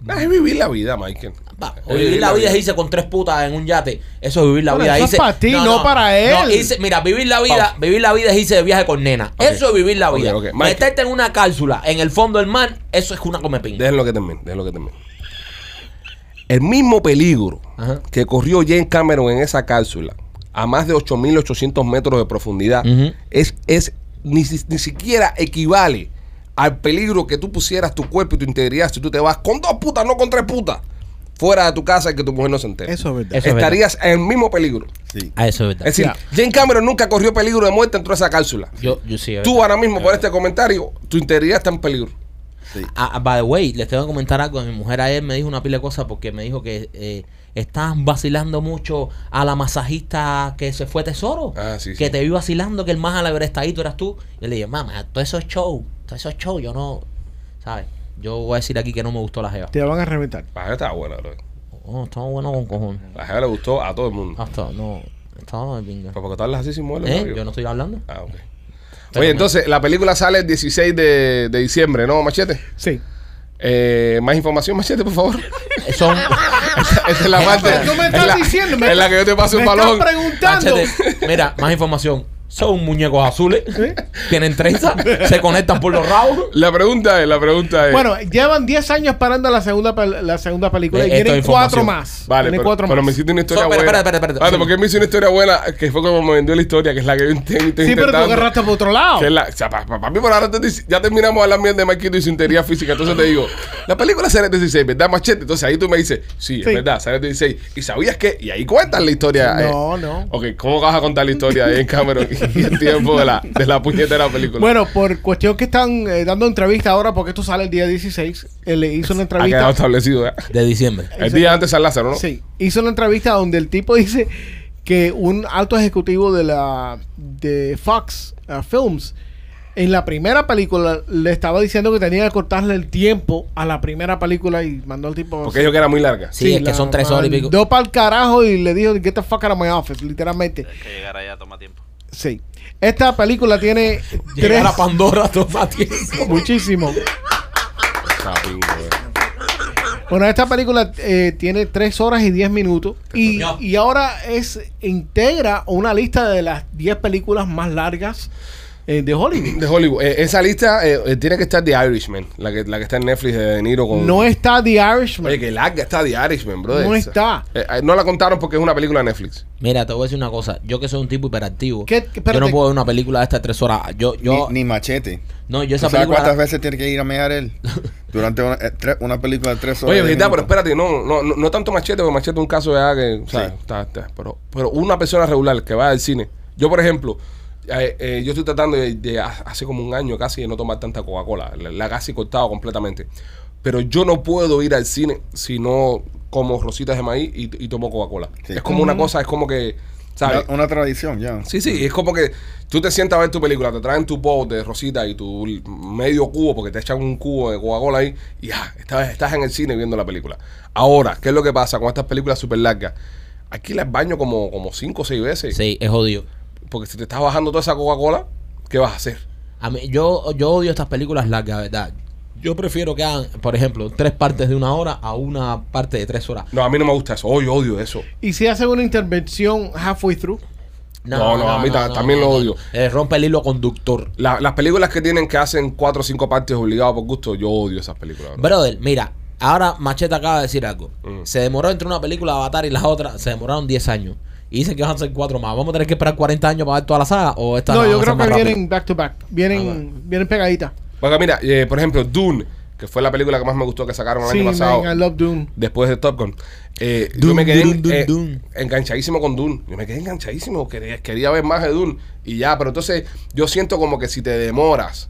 S1: Ah, es vivir la vida, Michael.
S3: Va,
S1: Es
S3: o vivir la vida es irse con tres putas en un yate. Eso es vivir la
S6: Pero
S3: vida.
S6: eso es
S3: irse-
S6: para ti, no para él.
S3: irse- mira, vivir la vida,
S1: Pausa.
S3: vivir la vida es irse de viaje con nena. Eso es vivir la
S1: Ok,
S3: vida.
S1: ok. Mike.
S3: Meterte en una cápsula en el fondo del mar, eso es una comepinga.
S1: Déjenlo que termine, déjenlo que termine. El mismo peligro
S3: Ajá.
S1: que corrió James Cameron en esa cápsula a más de 8.800 metros de profundidad
S3: Ujú.
S1: es, es ni, si- ni siquiera equivale al peligro que tú pusieras tu cuerpo y tu integridad si tú te vas con dos putas, no con tres putas, fuera de tu casa y que tu mujer no se entere.
S6: Eso es
S3: Eso
S6: verdad.
S3: es verdad.
S1: Estarías en el mismo peligro.
S4: Sí.
S3: Ah, eso es
S1: Es
S3: verdad.
S1: decir,
S6: Ya.
S1: James Cameron nunca corrió peligro de muerte dentro de esa cápsula.
S3: yo, yo sí. es
S1: Tú
S3: verdad.
S1: ahora mismo por este comentario, tu integridad está en peligro.
S4: Sí.
S3: Ah, ah, by the way, les tengo que comentar algo. Mi mujer ayer me dijo una pila de cosas porque me dijo que eh, estaban vacilando mucho a la masajista que se fue tesoro.
S1: Ah, sí, sí.
S3: Que te vi vacilando, que el más alabrestadito eras tú. Y le dije, mamá, todo eso es show, todo eso es show, yo no. ¿Sabes? Yo voy a decir aquí que no me gustó la jeva.
S6: Te van a reventar.
S1: La está buena, bro.
S3: Oh, estaba bueno con cojones.
S1: La jeva le gustó a todo el mundo.
S3: Hasta, no, estaba de pinga.
S1: Pero porque tú hablas así sin moverlo,
S3: Ah. ¿Eh?
S1: ¿no?
S3: Yo no estoy hablando.
S1: Ah, ok.
S3: Pero
S1: Oye,
S3: no.
S1: entonces, la película sale el 16 de, de diciembre, ¿no, Machete?
S6: Sí.
S2: Eh, más información, Machete, por favor.
S3: Eh, Son.
S2: Esa es la parte.
S6: Ah, Pero tú me
S2: es
S6: estás
S2: la-
S6: diciendo, me-
S2: es la que yo te paso
S6: Me
S2: el
S6: están
S2: balón.
S6: preguntando.
S3: Machete, mira, más información. Son muñecos azules. Tienen trenza. Se conectan por los rabos.
S2: La pregunta es, la pregunta es.
S6: Bueno, llevan 10 años parando la segunda, pel- la segunda película y
S2: Eh,
S3: Esto es
S6: quieren cuatro
S3: información.
S6: más.
S2: Vale,
S6: Tienen
S2: pero,
S6: cuatro
S2: pero
S6: más.
S2: me hiciste una historia
S3: So,
S2: buena.
S3: espera, espérate, espérate, espérate.
S2: Espérate, porque él me hizo una historia buena que fue como me vendió la historia, que es la que yo intento
S6: Sí, pero tú agarraste por otro lado.
S2: Que es la- o sea, pa- pa- pa mí por ahora te dice- ya terminamos la mierda de Marquito y su integridad física. Entonces te digo, la película sale el 16, ¿verdad, Machete? Entonces ahí tú me dices, sí, es
S6: Sí.
S2: verdad, sale el 16. ¿Y sabías qué? Y ahí cuentas la historia.
S6: No,
S2: eh.
S6: no.
S2: Ok, ¿cómo vas a contar la historia ahí en Cameron y el tiempo de la, de la puñetera película?
S6: Bueno, por cuestión que están eh, dando entrevista ahora, porque esto sale el día 16, eh, le hizo una
S2: ha quedado
S6: entrevista.
S2: establecido. ¿eh?
S3: De diciembre.
S2: El día antes de San Lázaro, ¿no?
S6: Sí, hizo una entrevista donde el tipo dice que un alto ejecutivo de la de Fox uh, Films en la primera película le estaba diciendo que tenía que cortarle el tiempo a la primera película y mandó al tipo
S2: Porque ellos que era muy larga.
S3: Sí, es que son tres horas y pico.
S6: Dos para el carajo y le dijo get the fuck out of my office, literalmente.
S5: Hay que llegar allá toma tiempo.
S6: Sí. Esta película tiene tres
S3: Llegar a Pandora toma tiempo.
S6: muchísimo.
S2: Chapín, güey.
S6: Bueno, esta película eh, tiene 3 horas y 10 minutos y, y ahora es integra una lista de las 10 películas más largas eh, de Hollywood.
S2: De Hollywood. Eh, esa lista eh, eh, tiene que estar The Irishman, la que, la que está en Netflix de De Niro con.
S6: No está The
S2: Oye,
S6: Irishman.
S2: que larga está The Irishman, brother.
S6: No está.
S2: Eh, eh, no la contaron porque es una película de Netflix.
S3: Mira, te voy a decir una cosa. Yo que soy un tipo hiperactivo.
S6: ¿Qué- qué- espérate.
S3: yo no puedo ver una película de estas tres horas. Yo, yo.
S4: ni, ni machete.
S3: no, yo esa
S4: ¿Sabes cuántas
S3: película.
S4: veces tiene que ir a mear él? Durante una, eh, tre- una película de tres horas.
S2: Oye,
S4: diez
S2: verdad, pero
S4: minutos.
S2: espérate, no, no, no, no tanto machete, porque machete es un caso ya que. o sea,
S4: Sí.
S2: está- está, pero, pero una persona regular que va al cine. Yo, por ejemplo, eh, eh, yo estoy tratando de, de ha- hace como un año casi de no tomar tanta Coca-Cola. La, la casi he cortado completamente. Pero yo no puedo ir al cine si no como rositas de maíz y, y tomo Coca-Cola.
S4: Sí.
S2: Es como una cosa, es como que. ¿Sabes?
S4: Una, una tradición ya.
S2: Sí, sí, es como que tú te sientas a ver tu película, te traen tu bowl de rosita y tu l- medio cubo, porque te echan un cubo de Coca-Cola ahí, y ya, estás, estás en el cine viendo la película. Ahora, ¿qué es lo que pasa con estas películas súper largas? Aquí las baño como, como cinco o seis veces,
S3: Sí, es jodido.
S2: porque si te estás bajando toda esa Coca-Cola, ¿qué vas a hacer?
S3: A mí, yo, yo odio estas películas largas, ¿verdad? Yo prefiero que hagan, por ejemplo, tres partes de una hora a una parte de tres horas.
S2: No, a mí no me gusta eso, oh, yo odio eso.
S6: Y si hace una intervención halfway through,
S2: No, no, a mí ta- también lo odio.
S3: Eh, rompe el hilo conductor.
S2: La- las películas que tienen que hacen cuatro o cinco partes obligadas por gusto, yo odio esas películas. bro.
S3: Brother, mira, ahora Machete acaba de decir algo.
S2: Mm.
S3: Se demoró entre una película de Avatar y la otra, se demoraron 10 años. Y dicen que van a ser cuatro más. ¿Vamos a tener que esperar 40 años para ver toda la saga? ¿O esta
S6: no,
S3: la
S6: yo
S3: van a
S6: creo que
S3: hacer más rápido? Ah,
S6: vienen back to back, vienen, vienen pegaditas.
S2: Porque mira, eh, por ejemplo, Dune, que fue la película que más me gustó que sacaron el
S6: Sí,
S2: año pasado.
S6: man, I love Dune.
S2: después de Top Gun. Eh, yo
S3: Dun,
S2: me quedé
S3: dun, dun,
S2: eh,
S3: dun.
S2: enganchadísimo con Dune. Yo me quedé enganchadísimo. Quería, quería ver más de Dune. Y ya, pero entonces yo siento como que si te demoras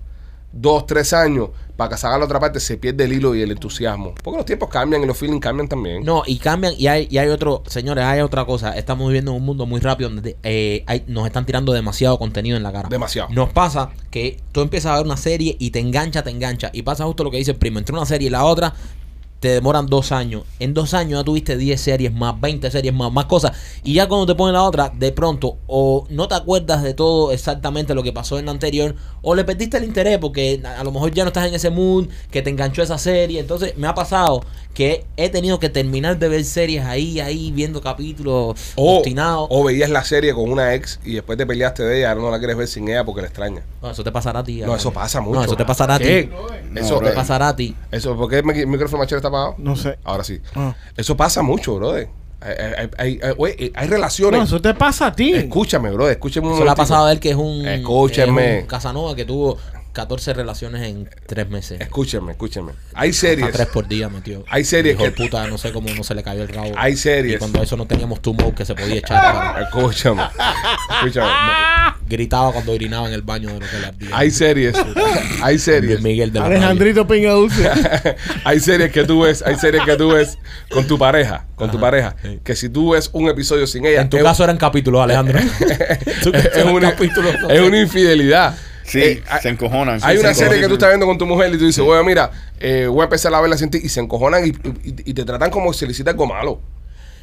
S2: dos, tres años para que salga la otra parte, se pierde el hilo y el entusiasmo. Porque los tiempos cambian y los feelings cambian también.
S3: No, y cambian, y hay, y hay otro, señores, hay otra cosa. Estamos viviendo en un mundo muy rápido donde eh, hay- nos están tirando demasiado contenido en la cara.
S2: Demasiado.
S3: Nos pasa que tú empiezas a ver una serie y te engancha, te engancha. Y pasa justo lo que dice el primo. Entre una serie y la otra, te demoran dos años. En dos años ya tuviste 10 series más, 20 series más, más cosas. Y ya cuando te ponen la otra, de pronto, o no te acuerdas de todo exactamente lo que pasó en la anterior, o le perdiste el interés porque a a lo mejor ya no estás en ese mood, que te enganchó esa serie. Entonces me ha pasado que he tenido que terminar de ver series ahí, ahí, viendo capítulos
S2: O,
S3: obstinados.
S2: o veías la serie con una ex y después te peleaste de ella, ahora no la quieres ver sin ella porque la extraña.
S3: No, eso te pasará a ti.
S2: no,
S3: Alan.
S2: eso pasa mucho.
S3: No, eso te pasará a
S2: ¿Qué?
S3: ti.
S4: No,
S2: Eso,
S4: bro.
S2: eh,
S3: Te pasará a ti.
S2: eso, ¿Por qué el mic- micrófono machete está apagado?
S6: No sé.
S2: Ahora sí.
S6: Ah.
S2: Eso pasa mucho, brother. Hay, hay- hay- hay- oye, eh, hay relaciones.
S6: No, eso te pasa a ti.
S2: Escúchame, bro, escúchame un
S3: Eso le ha
S2: momentico.
S3: pasado a él que es un,
S2: Escúchenme.
S3: es un Casanova que tuvo 14 relaciones en 3 meses.
S2: Escúchame, escúchame. Hay
S3: A
S2: series.
S3: tres por día, metió.
S2: Hay series
S3: Hijo de
S2: que-
S3: puta, no sé cómo no se le cayó el rabo.
S2: Hay series.
S3: Y cuando eso no teníamos tumor que se podía echar.
S2: Escúchame. Escúchame.
S3: gritaba cuando orinaba en el baño de lo que le ardía.
S2: Hay series. Hay series.
S3: Luis Miguel de la
S6: Alejandrito Pinga Dulce.
S2: hay series que tú ves, hay series que tú ves con tu pareja, con tu pareja, que si tú ves un episodio sin ella,
S3: Playa. En tu
S2: es-
S3: caso eran capítulos, Alejandro. Tu caso
S2: es,
S3: eran
S2: una,
S3: capítulos.
S2: es una infidelidad.
S4: Sí,
S2: Eh,
S4: se encojonan.
S2: Hay
S4: Sí,
S2: una serie
S4: se
S2: que
S4: encojonan.
S2: tú estás viendo con tu mujer y tú dices, oye, mira, eh, voy a empezar a verla sin ti, y se encojonan y, y- y te tratan como si le hiciste algo malo.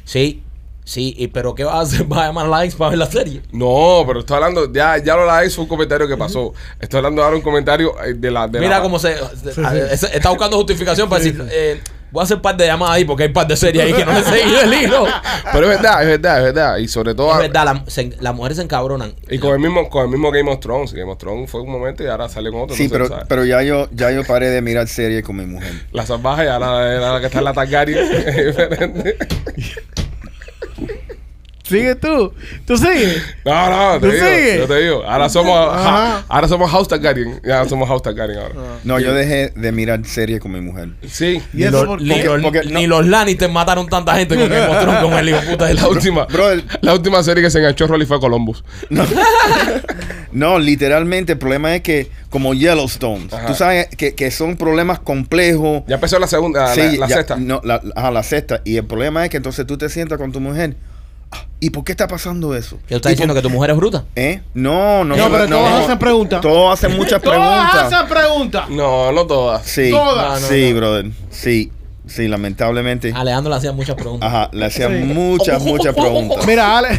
S3: Sí. Sí, y, pero ¿qué vas a hacer? ¿Vas a llamar a la ex para ver la serie?
S2: No, pero estoy hablando, ya, ya lo la hizo un comentario que pasó. Estoy hablando ahora un comentario eh, de la. de
S3: Mira
S2: la-
S3: cómo se, a- es- está buscando justificación para decir, eh, voy a hacer un par de llamadas ahí porque hay un par de series ahí que no le he seguido el hilo.
S2: Pero es verdad, es verdad, es verdad. Y sobre todo.
S3: Es verdad, la- se- las mujeres se encabronan.
S2: Y con el mismo, con el mismo Game of Thrones. Game of Thrones fue un momento y ahora sale con otro.
S4: Sí,
S2: entonces,
S4: pero,
S2: ¿sabes?
S4: pero ya yo ya yo paré de mirar series con mi mujer.
S2: La salvaje y ahora la, la que está en la Targaryen. es diferente.
S6: Sigue tú. Tú sigues.
S2: No, no, te
S6: ¿Tú
S2: digo,
S6: sigues?
S2: yo te digo. Ahora somos,
S6: Ajá.
S2: ja- ahora somos House Targaryen. Ya somos House Targaryen
S3: Ah.
S2: ahora.
S4: No, yo dejé de mirar series con mi mujer.
S2: Sí.
S6: ¿Y eso
S3: Los-
S6: por
S3: ni,
S6: qué?
S3: los,
S4: Porque no-
S3: ni los Lannister mataron tanta gente con Game of Thrones, con el hijo puta de la
S2: La última,
S4: brother.
S2: la última serie que se enganchó Rolly fue Columbus.
S4: No, literalmente el problema es que como Yellowstone,
S2: Ajá.
S4: tú sabes que, que son problemas complejos.
S2: Ya empezó la segunda,
S4: Sí,
S2: Ah, la, la
S4: ya-
S2: sexta.
S4: No, la, ajá, la sexta. Y el problema es que entonces tú te sientas con tu mujer. "Ah, ¿Y por qué está pasando eso?
S3: Yo estaba
S4: ¿Y por-
S3: diciendo que tu mujer es bruta.
S4: ¿Eh? No, no.
S6: No, pero todos hacen preguntas.
S4: Todos hacen muchas
S6: Todas
S4: preguntas.
S6: esas preguntas.
S2: No, no todas.
S4: Sí.
S6: Todas.
S4: Sí, brother. Sí. Sí, lamentablemente.
S3: Alejandro le hacía muchas preguntas.
S4: Ajá, le hacían
S6: Sí.
S4: muchas, muchas preguntas.
S6: Mira, Ale.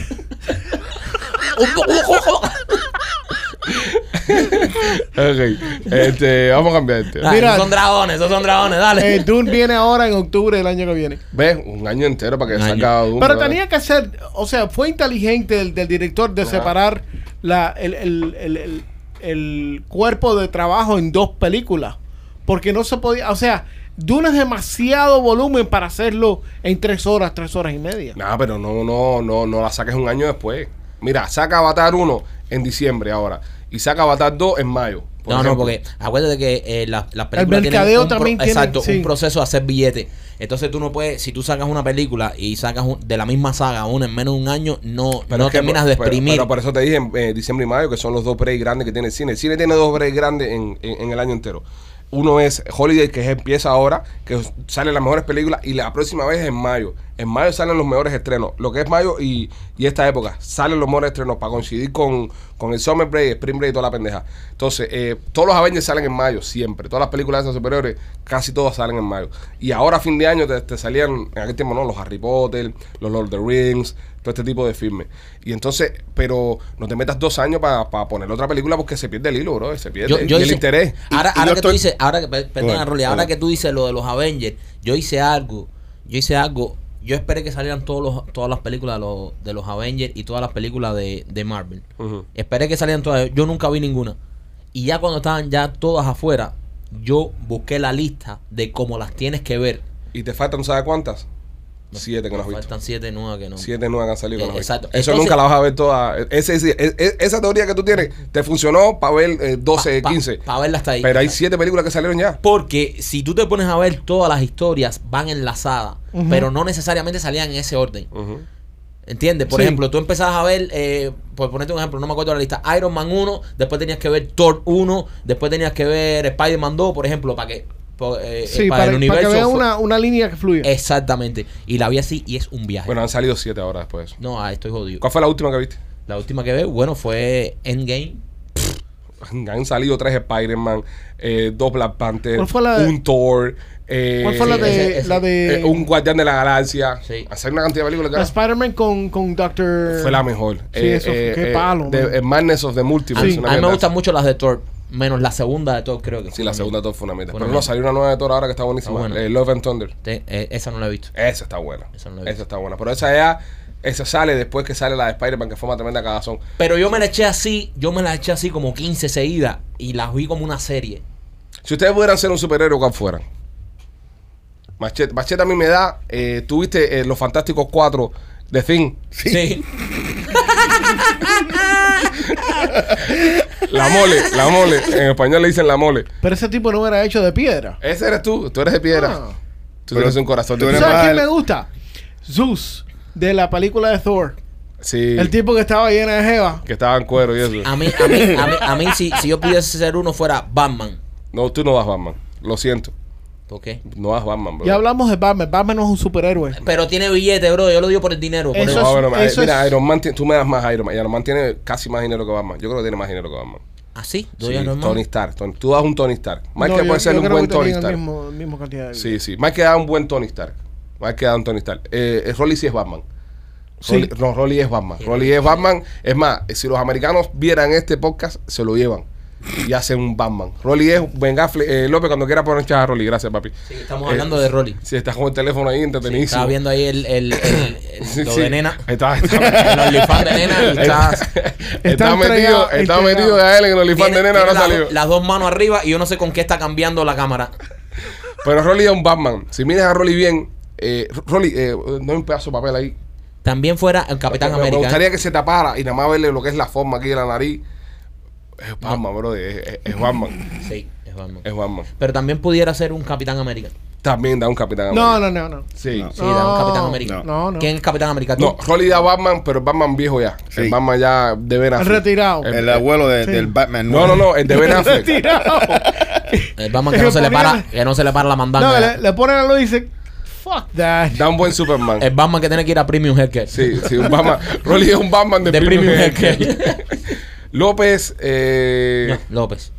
S2: Ok. Este, vamos a cambiar este.
S3: Ay,
S6: Mira.
S3: esos son dragones, esos son dragones, dale.
S6: El eh, Dune viene ahora en octubre del año que viene.
S2: ¿Ves? Un año entero para que
S3: Un año.
S2: salga uno.
S6: Pero tenía que hacer, o sea, fue inteligente el del director de separar la, el, el- el- el- el cuerpo de trabajo en dos películas. Porque no se podía, o sea, Dune es demasiado volumen para hacerlo en tres horas, tres horas y media.
S2: Nah, pero no, no, no, no la saques un año después. Mira, saca Avatar 1 en diciembre ahora. Y saca Avatar 2 en mayo. por
S3: no, no,
S2: ejemplo.
S3: porque acuérdate que eh, las las películas
S6: mercadeo
S3: un pro-
S6: también tiene-
S3: exacto,
S6: sí.
S3: un proceso de hacer billetes. Entonces tú no puedes, si tú sacas una película y sacas un- de la misma saga una en menos de un año, no,
S2: Pero
S3: no
S2: es que
S3: terminas
S2: por-
S3: de
S2: pero-
S3: exprimir.
S2: Pero, por eso te dije en eh, diciembre y mayo que son los dos breaks grandes que tiene el cine. El cine tiene dos breaks grandes en, en- en el año entero. Uno es Holiday, que es- empieza ahora, que salen las mejores películas, y la próxima vez es en mayo. En mayo salen los mejores estrenos. Lo que es mayo y, y esta época, salen los mejores estrenos para coincidir con, con el Summer Break, Spring Break y toda la pendeja. Entonces, eh, todos los Avengers salen en mayo, siempre. Todas las películas de esos superiores, casi todas salen en mayo. Y ahora, a fin de año, te, te salían, en aquel tiempo, ¿no? Los Harry Potter, los Lord of the Rings, todo este tipo de filmes. Y entonces, pero no te metas dos años para poner otra película porque se pierde el hilo, bro. Se pierde y el
S3: hice-
S2: interés.
S3: Ahora, ahora
S4: Y- y yo
S3: que tú
S4: estoy-
S3: dices, ahora que, per- perdona,
S4: Bueno,
S3: Rolly, ahora
S4: bueno.
S3: que tú dices lo de los Avengers, yo hice algo, yo hice algo, yo esperé que salieran todos los, todas las películas de los, de los Avengers y todas las películas de, de Marvel.
S2: Ujú.
S3: Esperé que salieran todas, yo nunca vi ninguna. Y ya cuando estaban ya todas afuera, yo busqué la lista de cómo las tienes que ver.
S2: Y te faltan, ¿sabes cuántas? Siete que no has visto.
S3: Faltan siete nuevas que no.
S2: Siete nuevas que han salido. que
S3: Eh,
S2: no has
S3: exacto.
S2: visto. Eso
S3: Entonces-
S2: nunca la vas a ver toda. Ese- ese- e- esa teoría que tú tienes te funcionó para ver eh, 12,
S3: Pa- pa-
S2: 15.
S3: pa verlas hasta ahí.
S2: pero hay
S3: Exacto.
S2: siete películas que salieron ya.
S3: Porque si tú te pones a ver todas las historias van enlazadas,
S6: Ujú.
S3: pero no necesariamente salían en ese orden.
S2: Ujú.
S3: ¿Entiendes? Por
S6: Sí.
S3: ejemplo, tú empezabas a ver, eh, por ponerte un ejemplo, no me acuerdo la lista, Iron Man 1, después tenías que ver Thor 1, después tenías que ver Spider-Man 2, por ejemplo, para que po- eh, eh,
S6: Sí, para, para que
S3: fue-
S6: vea una, una línea que fluya.
S3: Exactamente. Y la vi así y es un viaje.
S2: Bueno, han salido siete ahora después. de eso.
S3: no, ah, estoy jodido.
S2: ¿Cuál fue la última que viste?
S3: La última que veo, bueno, fue Endgame.
S2: Han salido tres Spider-Man, eh, dos Black Panther,
S6: ¿Cuál fue la de-
S2: un Thor. eh,
S6: ¿Cuál fue la
S3: sí,
S6: de,
S3: ese- ese.
S6: la de
S2: eh, un Guardián de la Galaxia.
S3: Sí.
S2: Hacer una cantidad de películas.
S6: la
S2: cara.
S6: Spider-Man con, con Doctor...
S2: Fue la mejor.
S6: Sí, eso, qué palo,
S2: de-
S6: man.
S2: eh, Madness of the
S3: A,
S2: Multiverse.
S6: Sí.
S2: una
S3: a mí me
S2: mierda
S3: gustan
S2: así.
S3: mucho las de Thor, menos la segunda de Thor, creo que.
S2: Sí,
S3: fue
S2: la
S3: una
S2: segunda de
S3: mierda.
S2: Thor fue una mierda.
S3: Fue
S2: Pero
S3: una
S2: no,
S3: mierda.
S2: salió una nueva de Thor ahora que está buenísima.
S3: Está buena.
S2: eh, Love and Thunder.
S3: Te- eh, esa no la he visto.
S2: Esa está buena.
S3: Esa
S2: Esa,
S3: no la he visto.
S2: está buena. Pero esa ya, esa sale después que sale la de Spider-Man, que fue una tremenda cagazón.
S3: Pero yo me la eché así, yo me la eché así como 15 seguidas y las vi como una serie.
S2: Si ustedes pudieran ser un superhéroe, ¿cuál fueran? Machete, Machete a mí me da. Eh, Tuviste eh, los Fantásticos 4 de Thing.
S4: Sí.
S3: Sí.
S2: La mole, la mole. En español le dicen la mole.
S6: Pero ese tipo no era hecho de piedra.
S2: Ese eres tú. Tú eres de piedra.
S6: Ah.
S2: Tú
S4: Pero
S2: tienes un corazón de
S4: tú eres
S2: piedra.
S4: más
S6: ¿Sabes quién
S4: el-
S6: me gusta? Zeus, de la película de Thor.
S2: Sí.
S6: El tipo que estaba llena de jeva.
S2: Que estaba en cuero y eso.
S3: A mí, a mí, a mí, a mí si, si yo pudiese ser uno fuera Batman.
S2: No, tú no vas Batman. Lo siento.
S3: ¿Por qué?
S2: No vas Batman, bro.
S6: Ya hablamos de Batman. Batman no es un superhéroe.
S3: Pero tiene billete, bro. Yo lo digo por el dinero. por
S2: No,
S3: el-
S6: Eso es-
S2: Iron Man. Eh,
S6: eso
S2: mira,
S6: es-
S2: Iron Man, ti- tú me das más Iron Man. Y Iron Man tiene casi más dinero que Batman. Yo creo que tiene más dinero que Batman.
S3: ¿Ah, sí?
S2: Sí,
S3: Doy a normal.
S2: Tony Stark. Tony- tú das un Tony Stark.
S6: No,
S2: Michael
S6: yo-
S2: puede
S6: yo
S2: ser un
S6: creo
S2: buen
S6: que
S2: Tony
S6: tenían el
S2: Stark.
S6: mismo, el mismo cantidad de vida.
S2: Sí, sí. Michael da un buen Tony Stark. Michael da un Tony Stark. Eh, eh, Rolly sí es Batman.
S6: Sí.
S2: Rolly- no, Rolly es Batman. Rolly es Batman. Es más, si los americanos vieran este podcast, se lo llevan. Y hacen un Batman. Rolly es Ben Affleck. Eh, López, cuando quiera poner a Rolly. Gracias, papi.
S3: Sí, estamos
S2: Eh,
S3: hablando de Rolly.
S2: Si estás con el teléfono ahí,
S3: Sí,
S2: entretenidísimo.
S3: estaba viendo ahí el, el, el- el-
S2: Sí,
S3: lo
S2: sí.
S3: de nena.
S2: Ahí está, ahí está.
S3: El OnlyFans de nena y
S2: Está,
S3: estás-
S2: está metido,
S6: entregado,
S2: está
S6: entregado.
S2: metido ya él en el OnlyFans
S3: tiene-
S2: de nena,
S3: tiene
S2: no ha
S3: las-
S2: salido.
S3: Las dos manos arriba y yo no sé con qué está cambiando la cámara.
S2: Pero Rolly es un Batman. Si miras a Rolly bien, eh, Rolly, eh, no hay un pedazo de papel ahí.
S3: También fuera el Capitán
S2: me, me
S3: América. ¿eh?
S2: gustaría que se tapara y nada más verle lo que es la forma aquí de la nariz. Es Batman, bro. Es, es- es Batman.
S3: Sí, es Batman.
S2: Es Batman.
S3: Pero también pudiera ser un Capitán América.
S2: También da un Capitán
S6: No,
S2: América.
S6: no, no, no.
S2: Sí.
S4: No.
S3: Sí, da un Capitán América.
S6: No, no.
S3: ¿Quién es el Capitán América? ¿Tú?
S2: No, Rolly da Batman, pero el Batman viejo ya.
S4: Sí.
S2: El Batman ya de Ben Affleck.
S6: Retirado.
S2: Eh,
S4: El abuelo de-
S6: Sí.
S4: del Batman.
S2: No, no, no, el de Ben Affleck.
S6: Retirado.
S3: El Batman que no se le para, que no se le para la mandanga.
S6: no, le, le ponen a lo y dicen, fuck that.
S2: Da un buen Superman.
S3: El Batman que tiene que ir a Premium Healthcare.
S2: Sí, sí, un Batman. Rolly es un Batman de,
S3: De
S2: premium.
S3: Premium
S2: Healthcare.
S3: Healthcare.
S2: López, eh.
S3: No, López.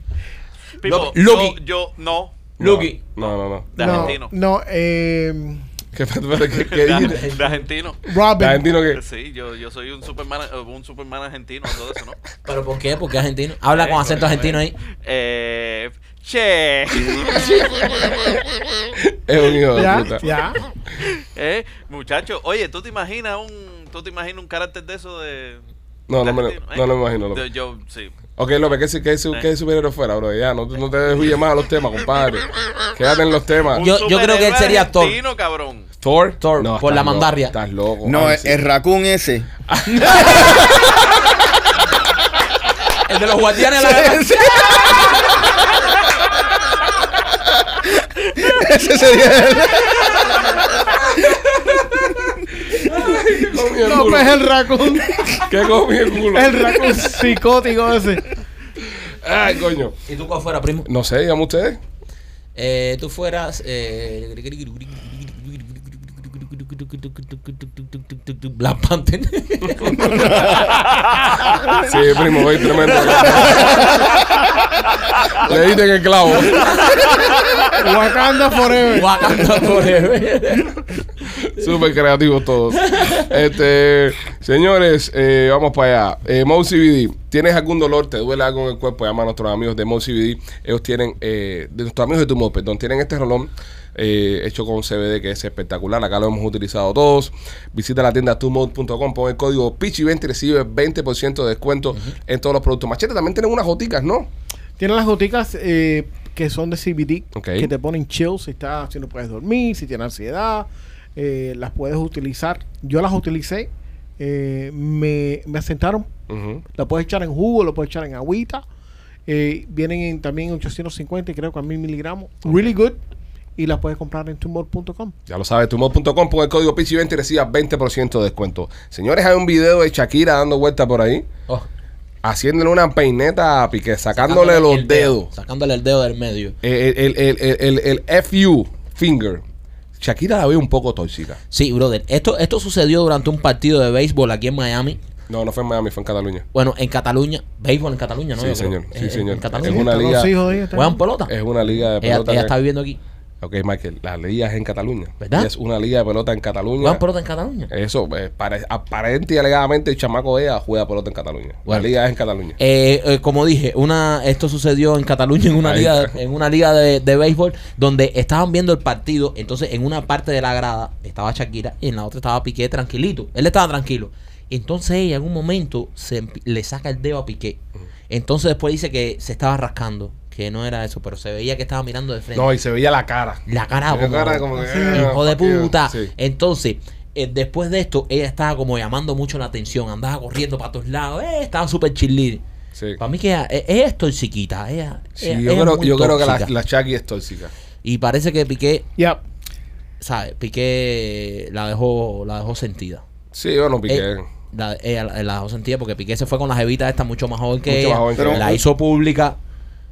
S5: Pipo,
S3: Lucky.
S5: yo, yo no,
S2: no,
S3: Lucky.
S2: No, no, no.
S5: de
S6: no,
S5: argentino.
S6: No, eh,
S2: ¿Qué, qué, qué
S5: De,
S2: dijiste?
S5: de argentino.
S2: ¿De
S6: Robin.
S2: argentino qué?
S5: Sí, yo, yo soy un Superman, eh, un Superman argentino, todo eso, ¿no?
S3: ¿Pero por qué? Porque es argentino.
S2: Eh,
S3: Habla con acento argentino ahí.
S5: Eh, che.
S2: Es un hijo de
S6: Ya,
S2: puta.
S6: ya.
S5: Eh, muchacho, oye, ¿tú te imaginas un tú te imaginas un carácter de eso de
S2: No, no me lo-
S5: argentino,
S2: no lo imagino, López.
S5: De- Yo sí.
S2: Ok, López, ¿qué, su- qué, su- qué superhéroe fuera, bro? Ya, no, no te desvíes más a los temas, compadre. Quédate en los temas.
S5: Un
S3: Yo- yo creo que él
S5: superhéroe
S3: sería actor.
S5: argentino, cabrón.
S2: Thor.
S3: Thor, por
S2: estás
S3: la
S2: loco,
S3: mandarria.
S2: Estás loco. Ay,
S4: No, el,
S2: Ah, sí.
S4: el raccoon ese.
S3: El de los guardianes de la galaxia.
S4: Ese sería el-
S2: ¿Qué comí el
S6: No,
S2: culo?
S6: pues es el raccoon.
S2: ¿Qué comí el culo?
S6: El raccoon psicótico ese.
S2: Ay, coño.
S3: ¿Y tú cuál fuera, primo?
S2: No sé, díganme ustedes.
S3: Eh, tú fueras. Eh... Black Panther.
S2: Sí, primo, voy tremendo. Le diste en el clavo.
S6: Wakanda Forever.
S3: Wakanda forever.
S2: Súper creativos todos. Este, señores, eh, vamos para allá. Eh, Mo CBD, ¿tienes algún dolor? ¿Te duele algo en el cuerpo? Llama a nuestros amigos de Mo CBD. Ellos tienen, eh, de nuestros amigos de Tumor, perdón, tienen este rolón eh, hecho con CBD que es espectacular. Acá lo hemos utilizado todos. Visita la tienda tumor.com, pon el código PICHI20 y recibe 20% de descuento en todos los productos. Machete, también tienen unas goticas, ¿no?
S6: Tiene las goticas eh, que son de CBD,
S2: Ok.
S6: que te ponen chill si, está, si no puedes dormir, si tienes ansiedad, eh, las puedes utilizar. Yo las utilicé, eh, me, me asentaron,
S2: Ujú.
S6: las puedes echar en jugo, lo puedes echar en agüita. eh, vienen en, también 850, creo que a 1000 miligramos. Really good. Y las puedes comprar en tumor.com.
S2: Ya lo sabes, tumor.com, pon el código PICHI20 y recibas 20% de descuento. Señores, hay un video de Shakira dando vuelta por ahí.
S3: Oh,
S2: haciéndole una peineta a Piqué, sacándole,
S3: el
S2: los
S3: dedo,
S2: dedos.
S3: Sacándole el dedo del medio.
S2: El, el, el, el, el- el FU, finger. Shakira la ve un poco tóxica.
S3: Sí, brother. Esto, esto sucedió durante un partido de béisbol aquí en Miami.
S2: No, no fue en Miami, fue en Cataluña.
S3: Bueno, en Cataluña. Béisbol en Cataluña, ¿no?
S2: Sí,
S3: Yo creo.
S2: señor. Sí,
S3: Eh,
S2: señor.
S3: En Cataluña.
S2: Es una
S6: Están
S2: liga-
S6: los hijos de ellos, están-
S3: ¿Juegan pelota?
S2: Es una liga de
S3: ella,
S2: Eh, pelota.
S3: ella
S2: que-
S3: está viviendo aquí.
S2: Ok, Michael, la liga es en Cataluña.
S3: ¿Verdad?
S2: Y Es una liga de pelota en Cataluña.
S3: ¿Juegan pelota en Cataluña?
S2: Eso, eh, pare- aparente y alegadamente el chamaco de ella juega pelota en Cataluña. La
S3: Bueno.
S2: liga es en Cataluña.
S3: Eh, eh, como dije, una esto sucedió en Cataluña en una
S2: Ahí
S3: liga,
S2: está.
S3: en una liga de, de béisbol donde estaban viendo el partido, entonces en una parte de la grada estaba Shakira y en la otra estaba Piqué tranquilito, él estaba tranquilo. Entonces ella en un momento se empi- le saca el dedo a Piqué. Entonces después dice que se estaba rascando, que no era eso, pero se veía que estaba mirando de frente.
S2: No, y se veía la cara.
S3: la cara,
S2: La
S3: como,
S2: cara como que,
S3: "Ah, hijo
S2: ah,
S3: de
S2: fuck you".
S3: puta.
S2: Sí.
S3: Entonces, eh, después de esto, ella estaba como llamando mucho la atención, andaba corriendo para todos lados, eh, estaba súper chillir.
S2: Sí.
S3: Para mí que ella, e- ella es toxiquita. Ella,
S2: Sí,
S3: ella-
S2: yo,
S3: ella es
S2: creo,
S3: muy
S2: yo creo que la,
S3: tóxica.
S2: la Shakira es tóxica.
S3: Y parece que Piqué,
S6: Ya.
S3: ¿sabes? Piqué la dejó, la dejó sentida.
S2: Sí, yo no piqué.
S3: Eh, la, ella la- la dejó sentida porque Piqué se fue con la jevita esta mucho más joven que
S2: Mucho
S3: ella.
S2: más joven que
S4: ella.
S3: la hizo pública.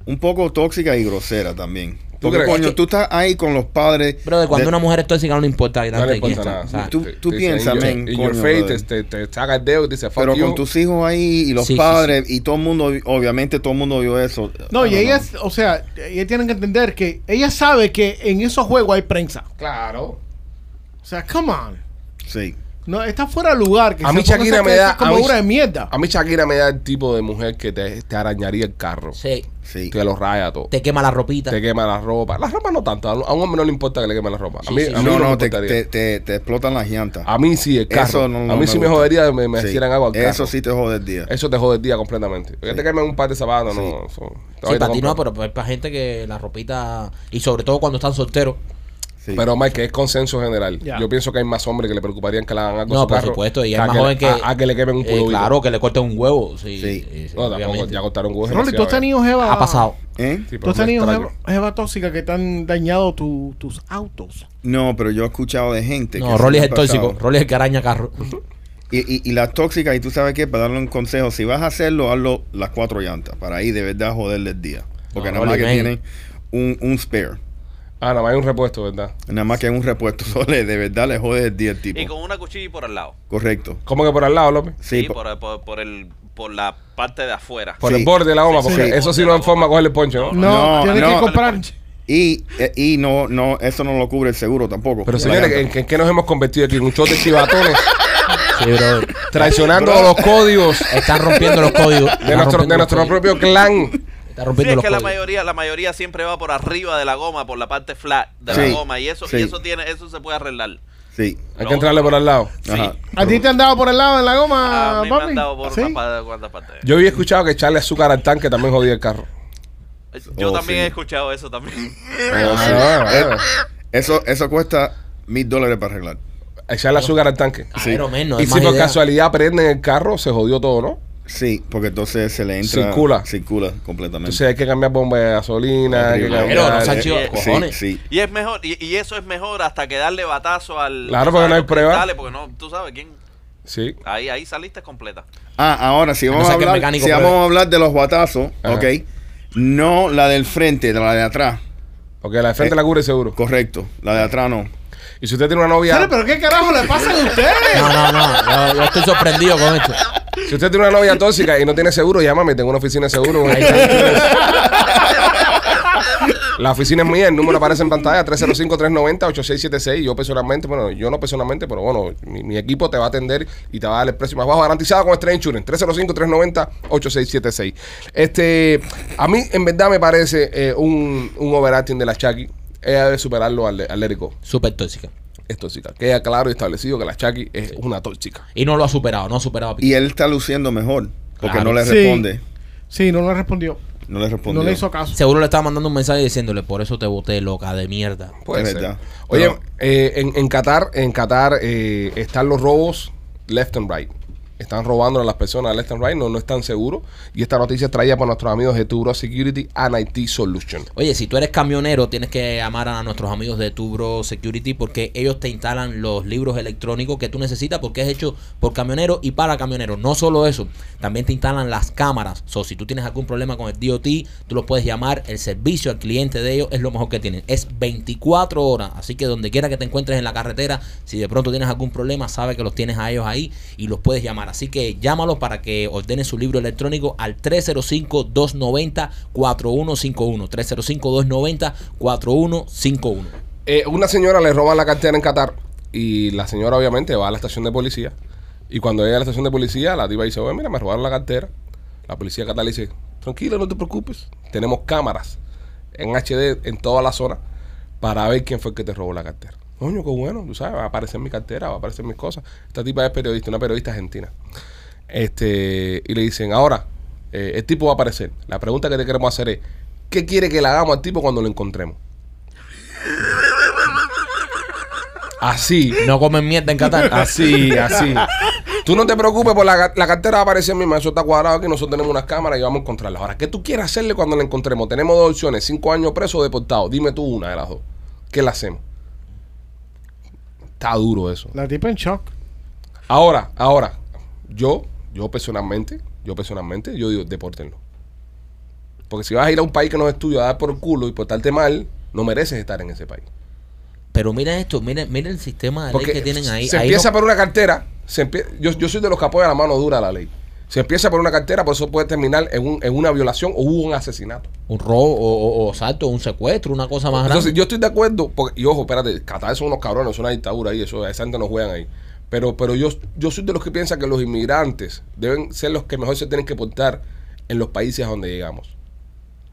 S4: Un poco tóxica y grosera también. Porque,
S2: crees?
S4: coño,
S2: Es que-
S4: tú estás ahí con los padres.
S3: Pero de cuando
S4: de-
S3: una mujer es tóxica no le importa. que
S2: No
S3: tanto
S2: le importa
S3: quién,
S2: nada.
S3: ¿sabes?
S4: Tú-
S2: Te-
S4: tú
S2: te
S4: piensa,
S2: dicen,
S4: man,
S2: In your
S4: coño,
S2: face,
S4: brother.
S2: te, te, te saca el dedo y te dice, fuck
S4: Pero
S2: you.
S4: con tus hijos ahí y los
S3: Sí, sí,
S4: padres y todo el mundo, obviamente todo el mundo vio eso. Ah,
S6: No,
S4: I don't
S6: y
S4: know.
S6: ellas, o sea, ellas tienen que entender que ella sabe que en esos juegos hay prensa.
S2: Claro.
S6: O sea, come on.
S4: Sí.
S6: No, está fuera de lugar. que
S2: A
S6: se
S2: mí
S6: ponga
S2: Shakira
S6: esa
S2: me
S6: que
S2: da.
S6: es como
S2: a mí-
S6: obra de mierda.
S2: A mí Shakira me da el tipo de mujer que te, te arañaría el carro.
S3: Sí.
S4: Sí.
S2: Te lo raya todo. Te,
S3: Te quema la ropita.
S2: quema la ropa. La ropa no tanto. A un hombre no le importa que le queme la ropa. A
S3: Sí,
S2: mí,
S3: sí,
S2: a mí
S4: No,
S2: me Ah,
S4: no, te,
S2: importaría.
S4: te, te, te explotan las llantas.
S2: A mí sí, el carro.
S4: Eso no- no
S2: a mí sí me
S4: gusta.
S2: jodería, me, me
S4: Sí.
S2: hicieran algo al carro.
S4: Eso sí te jode el día.
S2: Eso te jode el día completamente. Porque te queman un par de zapatos, no. Eso,
S3: Sí, para ti no,
S2: pero.
S3: pero para para gente que la ropita. Y sobre todo cuando están solteros.
S4: Sí.
S2: Pero, Mike, es consenso general.
S6: Ya.
S2: Yo pienso que hay más hombres que le preocuparían que le hagan algo a
S3: No,
S2: su
S3: por
S2: carro
S3: supuesto. Y
S2: que
S3: es
S2: a
S3: más
S2: que le-
S3: joven que.
S2: A, a que le quemen un
S3: eh,
S2: culo. vivo.
S3: claro, que le corten un huevo. Sí. eh,
S4: Sí.
S2: No, tampoco.
S3: obviamente.
S2: Ya cortaron un huevo.
S6: Rolly, tú has
S2: demasiado, eh.
S6: tenido jeva.
S3: Ha pasado.
S4: ¿Eh?
S2: Sí, pero
S6: Tú has
S2: me
S6: tenido
S2: extraño.
S6: jeva, jeva tóxica que te han dañado tu- tus autos.
S4: No, pero yo he escuchado de gente. que
S3: No,
S4: se
S3: Rolly
S4: le
S3: es
S4: ha
S3: el tóxico.
S4: pasado.
S3: Rolly es el que araña carro.
S4: Y, y, y las tóxicas, y tú sabes qué, para darle un consejo, si vas a hacerlo, hazlo las cuatro llantas, para ahí de verdad joderle el día. Porque
S3: No,
S4: nada más
S3: Rolly,
S4: que
S3: man.
S4: tienen un, un spare,
S2: Ah, nada más hay un repuesto, ¿verdad?
S4: nada más que un repuesto, solo le- de verdad le jode el día al tipo.
S5: Y con una cuchilla por al lado.
S4: Correcto.
S2: ¿Cómo que por al lado, López?
S4: Sí,
S5: Sí,
S4: po-
S5: por, por- por el, por la parte de afuera.
S2: Por
S4: Sí.
S2: el borde de la goma,
S5: Sí,
S2: porque
S4: sí.
S2: eso sí no hay forma de cogerle el ponche, ¿no?
S5: No.
S6: No,
S4: No,
S6: tienes que
S4: no.
S6: comprar.
S4: y, eh, y no, no, eso no lo cubre el seguro tampoco.
S2: Pero
S4: La
S2: señores,
S4: llanta.
S2: ¿en, en qué nos hemos convertido aquí? En un show de chivatones,
S3: Sí, brother.
S2: traicionando los
S6: Eh,
S2: códigos
S3: Están rompiendo los códigos.
S2: de
S3: Están
S2: nuestro, de
S3: rompiendo los
S2: nuestro
S3: códigos.
S2: propio clan.
S3: Están
S5: Sí,
S3: rompiendo
S5: es
S3: los
S5: que la
S3: códigos.
S5: mayoría, la mayoría siempre va por arriba de la goma, por la parte flat de
S4: Sí,
S5: la goma. Y eso,
S4: sí.
S5: y eso tiene, eso se puede arreglar.
S4: Sí.
S2: Hay que entrarle por al lado.
S4: Ajá.
S6: ¿A ti te han dado por el lado de la goma,
S5: A mí me
S6: papi?
S5: han dado por
S6: ¿Sí?
S5: una pa- cuantas partes. Yo,
S2: Yo había escuchado que echarle azúcar al tanque también jodía el carro.
S4: Oh,
S5: también
S4: sí.
S5: he escuchado eso también.
S2: Ah,
S4: eh, Eso, eso cuesta mil dólares para arreglar.
S2: ah. Echarle azúcar al tanque.
S3: Ah, pero menos,
S2: y
S3: es
S2: si
S3: más
S2: por
S3: idea.
S2: casualidad prenden el carro, se jodió todo, ¿no?
S4: Sí, porque entonces se le entra.
S2: Circula.
S4: Circula completamente.
S2: Entonces hay que cambiar bomba de gasolina, hay que
S4: Horrible.
S3: Pero no
S2: cambiar...
S3: se han chido,
S5: Sí,
S3: cojones.
S4: Sí, sí.
S5: Y es mejor, y, y eso es mejor hasta que darle batazo al.
S2: Claro,
S5: tú
S2: porque
S5: sabes,
S2: no hay
S5: los
S2: prueba.
S5: cristales, Porque no, tú sabes quién.
S2: Sí.
S5: Ahí, ahí saliste completa.
S4: Ah, ahora si vamos,
S3: no
S4: a
S3: sea que el
S4: hablar,
S3: mecánico
S4: si
S3: pruebe.
S4: vamos a hablar de los batazos,
S2: Ajá.
S4: ok. No la del frente, la de atrás.
S2: Porque la de frente
S4: Eh.
S2: la cubre seguro.
S4: Correcto. La de atrás no.
S2: Y si usted tiene una novia...
S6: Señores, ¿Pero qué carajo le pasa a ustedes?
S3: No, no, no. Yo, yo estoy sorprendido con esto.
S2: Si usted tiene una novia tóxica y no tiene seguro, llámame. Tengo una oficina de seguro.
S3: Ahí está.
S2: La oficina es mía. El número aparece en pantalla. 305-390-8676. Yo personalmente, bueno, yo no personalmente, pero bueno, mi, mi equipo te va a atender y te va a dar el precio más bajo garantizado con Stray Insurance. 305-390-8676. Este, a mí en verdad me parece eh, un, un overacting de la Chucky. Ella debe superarlo al, al Lérico.
S3: Súper tóxica.
S2: Es tóxica. Queda claro y establecido que la Chucky es una tóxica.
S3: Y no lo ha superado, no ha superado a Piqué.
S4: Y él está luciendo mejor. Porque
S3: Claro.
S4: no le
S6: Sí.
S4: responde.
S6: Sí, no le respondió.
S4: No le responde.
S6: No le hizo caso.
S3: Seguro le estaba mandando un mensaje diciéndole, por eso te boté, loca de mierda.
S2: Puede
S4: Es
S2: ser.
S4: verdad.
S2: Oye,
S4: Pero-
S2: eh, en, en Qatar, en Qatar eh, están los robos left and right. Están robando a las personas left and right, no, no están seguros. Y esta noticia es traída por nuestros amigos de Turo Security and IT Solution.
S3: Oye, si tú eres camionero, tienes que llamar a nuestros amigos de Tubro Security porque ellos te instalan los libros electrónicos que tú necesitas porque es hecho por camioneros y para camioneros. No solo eso, también te instalan las cámaras. O si tú tienes algún problema con el DOT, tú los puedes llamar. El servicio al cliente de ellos es lo mejor que tienen. Es 24 horas. Así que donde quiera que te encuentres en la carretera, si de pronto tienes algún problema, sabe que los tienes a ellos ahí y los puedes llamar. Así que llámalos para que ordenen su libro electrónico al 305-290-4151. 305-290-4151.
S2: Eh, una señora le roban la cartera en Qatar y la señora obviamente va a la estación de policía. Y cuando llega a la estación de policía, la diva dice, oye, mira, me robaron la cartera. La policía de Qatar le dice, tranquila, no te preocupes. Tenemos cámaras en HD en toda la zona para ver quién fue el que te robó la cartera. Coño, qué bueno, tú sabes, va a aparecer mi cartera, va a aparecer mis cosas. Esta tipa es periodista, una periodista argentina. Este, y le dicen, ahora, eh, el tipo va a aparecer. La pregunta que te queremos hacer es, ¿qué quiere que le hagamos al tipo cuando lo encontremos? Así,
S3: No comen mierda en Qatar.
S2: así, así. Tú no te preocupes, por la, la cartera va a aparecer misma. Eso está cuadrado aquí. Nosotros tenemos unas cámaras y vamos a encontrarla. Ahora, ¿qué tú quieres hacerle cuando la encontremos? Tenemos dos opciones: cinco años preso o deportado. Dime tú una de las dos. ¿Qué le hacemos? Está duro eso.
S6: La tipa en shock.
S2: Ahora, ahora, yo, yo personalmente, yo personalmente, yo digo, depórtenlo. Porque si vas a ir a un país que no es tuyo a dar por culo y portarte mal, no mereces estar en ese país.
S3: Pero mira esto, mira, mira el sistema de ley
S2: Porque
S3: que tienen ahí.
S2: se
S3: Ahí
S2: empieza
S3: no-
S2: por una cartera. Se empie- yo, yo soy de los que apoyan la mano dura a la ley. Se empieza por una cartera, por eso puede terminar en, un- en una violación o un asesinato.
S3: un robo o, o, o asalto, un secuestro, una cosa más grande.
S2: Entonces, yo estoy de acuerdo, porque, y ojo, espérate, Qatar son unos cabrones, es una dictadura ahí, eso, esa gente no juegan ahí. Pero, pero yo, yo soy de los que piensan que los inmigrantes deben ser los que mejor se tienen que portar en los países a donde llegamos.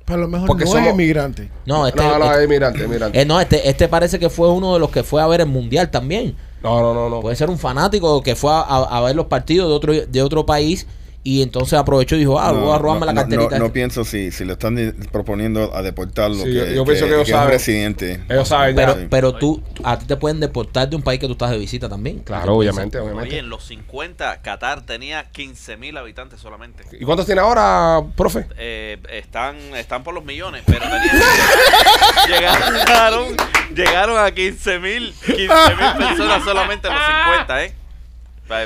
S6: Pero a lo mejor
S2: Porque
S6: no
S2: somos-
S6: es inmigrante.
S3: No, este,
S2: no, no,
S3: este-
S2: inmigrante, inmigrante.
S3: eh, no, este, este parece que fue uno de los que fue a ver el mundial también.
S2: No, no, no, no.
S3: Puede ser un fanático que fue a, a- a ver los partidos de otro, de otro país y entonces aprovechó y dijo, ah, voy a robarme la carterita.
S4: No,
S3: esta.
S4: pienso si, si lo están di- proponiendo a deportarlo.
S2: Sí, yo- yo pienso que ellos
S4: es un
S2: saben.
S4: residente.
S2: Ellos saben ya.
S3: pero,
S4: Sí.
S3: pero tú, a ti te pueden deportar de un país que tú estás de visita también.
S2: Claro, obviamente,
S5: Oye,
S2: obviamente.
S5: en los 50, Qatar tenía 15.000 habitantes solamente.
S2: ¿Y cuántos tiene ahora, profe?
S5: Eh, están, están por los millones, pero tenían- llegaron, llegaron a 15.000 15.000 personas solamente en los 50, ¿eh? Pa-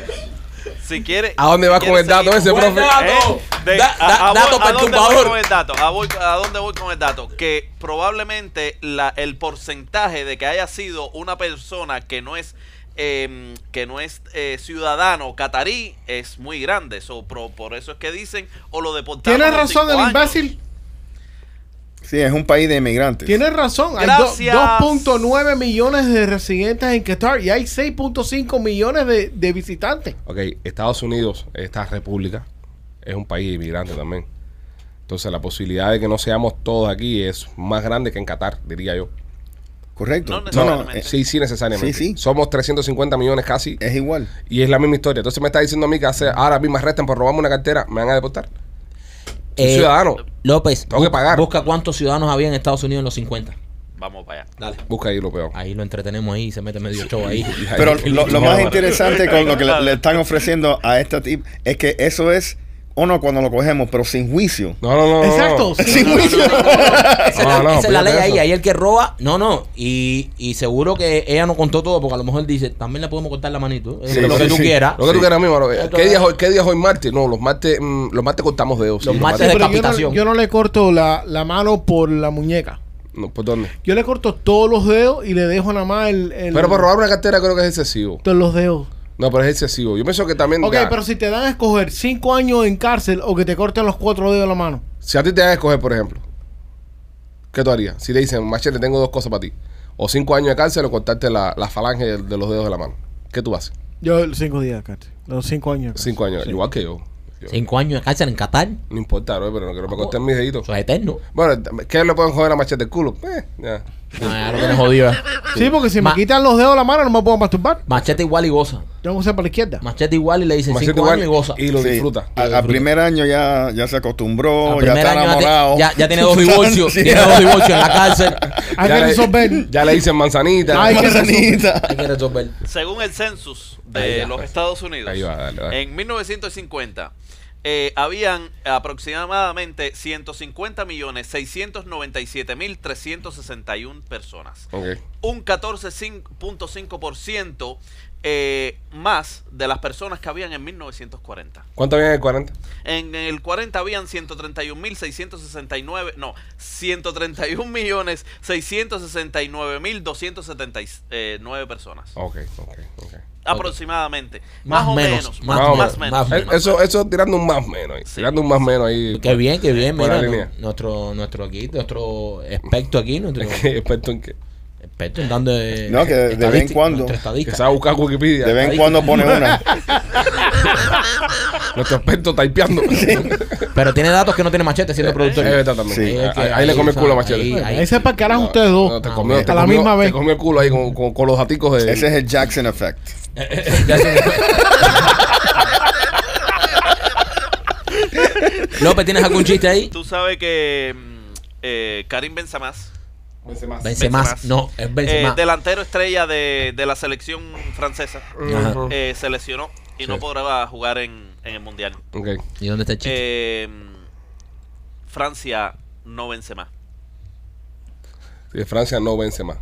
S5: Si quieres.
S2: ¿A dónde vas con
S5: quieres
S2: el dato
S5: seguir-
S2: ese,
S5: Buen
S2: profe?
S5: dato. Eh, De-
S3: Eh, Da- da-
S5: a- a voy-
S3: dato
S5: ¿A dónde voy
S3: perturbador.
S5: con el dato? ¿A voy- ¿A dónde voy con el dato? Que probablemente la, el porcentaje de que haya sido una persona que no es eh, que no es eh, ciudadano catarí es muy grande. So, pro- por eso es que dicen o lo deportaron.
S6: Tienes
S5: a los
S6: razón
S5: cinco
S6: el
S5: años.
S6: imbécil.
S4: Sí, es un país de inmigrantes.
S6: Tienes razón. Hay
S5: Gracias.
S6: do- 2.9 millones de residentes en Qatar y hay 6.5 millones de, de visitantes.
S2: Ok, Estados Unidos, esta república, es un país inmigrante también. Entonces la posibilidad de que no seamos todos aquí es más grande que en Qatar, diría yo.
S4: Correcto.
S5: No
S4: No, no,
S5: necesariamente.
S4: eh,
S2: Sí, sí, necesariamente.
S4: Sí, sí.
S2: Somos 350 millones casi
S4: es igual.
S2: y es la misma historia. Entonces me está diciendo a mí que hace, ahora mismo arrestan por robarme una cartera, me van a deportar.
S3: Eh,
S2: ciudadano.
S3: López,
S2: Tengo que pagar.
S3: busca cuántos ciudadanos había en Estados Unidos en los 50.
S5: Vamos para allá.
S3: Dale.
S2: Busca ahí lo peor.
S3: Ahí lo entretenemos ahí, se mete medio show ahí.
S4: Pero lo, lo más
S5: Bárbaro.
S4: interesante con lo que le, le están ofreciendo a esta tip es que eso es, o no, cuando lo cogemos, pero sin juicio.
S2: No, no, no. no,
S6: Exacto.
S2: no.
S6: sí.
S3: Esa, es la-
S2: No, no,
S3: esa es la ley
S2: fíjate
S3: ahí.
S2: eso.
S3: Ahí el que roba, no, no. Y, y seguro que ella no contó todo, porque a lo mejor dice, también le podemos cortar la manito. eh,
S2: Sí,
S3: lo
S2: sí,
S3: que tú
S2: sí.
S3: quieras.
S2: Lo que tú
S4: Sí.
S2: quieras, mi hermano.
S3: Esto
S2: ¿Qué
S3: es-
S2: día, es hoy, ¿Qué día es hoy martes? No, los martes, mm, los martes cortamos dedos.
S3: Los
S2: sí,
S3: martes-
S6: Pero yo, no,
S3: Decapitación.
S6: yo no le corto la, la mano por la muñeca.
S2: No, ¿Por dónde?
S6: Yo le corto todos los dedos y le dejo nada más el, el-
S2: Pero por robar una cartera creo que es excesivo.
S6: todos los dedos.
S2: No, pero es excesivo. Yo pienso que también.
S6: Ok,
S2: ya,
S6: pero si te dan a escoger 5 años en cárcel o que te corten los 4 dedos de la mano.
S2: Si a ti te dan a escoger, por ejemplo, ¿qué tú harías? Si te dicen, Machete, tengo dos cosas para ti. O cinco años de cárcel o cortarte la, la falange de, de los dedos de la mano. ¿Qué tú haces?
S6: Yo 5 días de cárcel. Los 5 años. de cárcel.
S2: Cinco años.
S6: Sí.
S2: Igual que yo. Yo-
S3: Cinco años de cárcel en Qatar.
S2: No importa, bro, pero no quiero que me
S3: Oh.
S2: corten mis deditos.
S3: Eso es eterno.
S2: Bueno, ¿qué le pueden joder a Machete el culo? Eh, ya.
S3: No, ya lo tienes jodido. eh.
S6: Sí, porque si
S3: Ma-
S6: me quitan los dedos de la mano no me puedo masturbar.
S3: Machete igual y goza.
S6: Tengo que ser para la izquierda.
S3: Machete igual y le dice
S2: Machete
S3: cinco
S2: igual
S3: años y goza. Ah,
S2: y lo
S4: Sí.
S2: disfruta.
S4: A- Al primer año ya, ya se acostumbró,
S3: Al
S4: ya
S3: primer
S4: está
S3: año ya te-
S4: enamorado.
S3: ya, ya tiene dos divorcios.
S4: Sí.
S3: tiene dos divorcios en la cárcel.
S6: Hay que
S2: le-
S6: resolver.
S2: ya le dicen manzanita.
S6: Ay, qué
S4: Manzanita.
S3: Hay que resolver.
S5: Según el census
S2: Ahí
S5: de
S2: va.
S5: los Estados Unidos,
S2: Ahí va, dale, dale.
S5: en 1950 eh, habían aproximadamente 150.697.361 personas.
S2: Ok.
S5: Un 14.5% eh, más de las personas que habían en 1940.
S2: ¿Cuánto había en el 40?
S5: En el 40 habían 131.669, no, 131.669.279 eh, personas.
S2: Ok, ok, ok.
S5: Aproximadamente.
S3: Más
S5: Más, o
S3: menos,
S5: menos,
S3: más
S5: Más,
S2: o
S5: más
S3: menos,
S5: menos.
S3: más menos.
S2: Eh, Eso, eso tirando un más menos ahí.
S5: Sí.
S2: Tirando un más menos ahí.
S3: Qué bien, qué bien.
S2: Buena
S3: Mira,
S2: línea.
S3: nuestro, nuestro aquí, nuestro experto aquí, nuestro
S2: Experto en qué.
S3: experto en dando de,
S4: No, que de- de vez en
S3: estadística,
S4: cuando-
S3: nuestro
S2: Que
S3: estadista.
S2: sabe buscar Wikipedia.
S4: De vez en cuando pone una.
S2: Nuestro experto taipeando.
S3: Pero tiene datos que no tiene machete siendo productor.
S2: Es verdad también.
S4: Sí.
S2: Eh, Ahí,
S3: Es que
S2: ahí le comió el culo a Machete.
S3: ahí- ahí-
S6: Ahí se para carajo ustedes dos.
S2: No, te
S3: Ah,
S2: comió,
S3: bueno.
S2: te
S6: A la
S2: comió-
S6: misma vez.
S2: Te comió el culo ahí con, con, con los aticos de.
S4: Ese es el Jackson Effect.
S3: Ya se me fue. López, ¿tienes algún chiste ahí?
S5: Tú sabes que mm, eh, Karim Benzamás,
S3: Vence más.
S5: Benzema.
S3: No, es vence
S5: eh,
S3: más.
S5: delantero estrella de, de la selección francesa,
S2: Ajá.
S5: eh, se lesionó y no podrá jugar en, en el Mundial.
S2: Ok.
S3: ¿Y dónde está el chiste?
S5: Eh, Francia no vence más.
S2: Sí, Francia no vence más.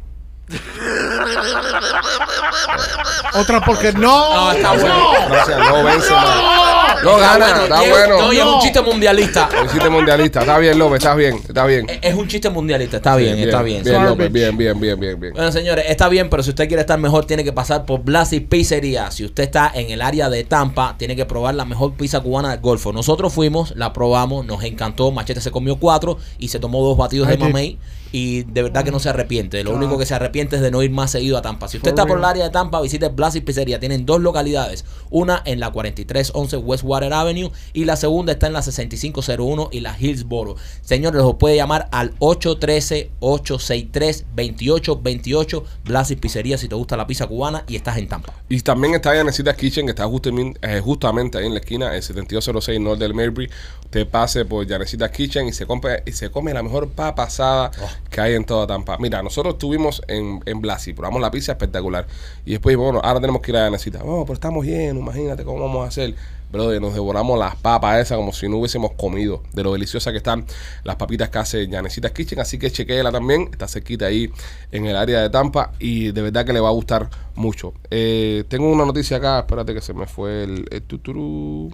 S6: Otra porque no.
S3: No, está bueno.
S2: Francia no vence más. No gana, está
S3: Diego,
S2: bueno.
S3: no, y es un
S6: No.
S3: chiste mundialista.
S2: Hiciste mundialista. Está bien, López, estás bien, está bien.
S3: Es es un chiste mundialista, está bien, está bien.
S2: Bien,
S6: Garbage.
S2: López, bien, bien, bien, bien, bien.
S3: Bueno, señores, está bien, pero si usted quiere estar mejor, tiene que pasar por Blasi Pizzería. Si usted está en el área de Tampa, tiene que probar la mejor pizza cubana del Golfo. Nosotros fuimos, la probamos, nos encantó. Machete se comió cuatro y se tomó dos batidos
S6: I
S3: de
S6: did.
S3: mamey. y de verdad que no se arrepiente. Lo
S6: Claro.
S3: único que se arrepiente es de no ir más seguido a Tampa. Si usted
S6: For
S3: está por
S6: real.
S3: el área de Tampa, visite Blas y Pizzería. Tienen dos localidades. Una en la 4311 Westwater Avenue y la segunda está en la 6501 y la Hillsboro. Señores, los puede llamar al 813-863-2828 Blas y Pizzería si te gusta la pizza cubana y estás en Tampa.
S2: Y también está Necesitas Kitchen, que está justamente, eh, justamente ahí en la esquina, el 7206 North del Maybury. Usted pase por Yanecitas Kitchen y se, compra, y se come la mejor papa asada que hay en toda Tampa. Mira, nosotros estuvimos en, en Blasi, probamos la pizza espectacular. Y después, bueno, ahora tenemos que ir a Yanecitas. No, pero estamos llenos, imagínate cómo vamos a hacer. Brother, nos devoramos las papas esas como si no hubiésemos comido. De lo deliciosas que están las papitas que hace Yanecitas Kitchen. Así que chequéela también. Está cerquita ahí en el área de Tampa. Y de verdad que le va a gustar mucho. Eh, tengo una noticia acá. Espérate que se me fue el, el tuturú.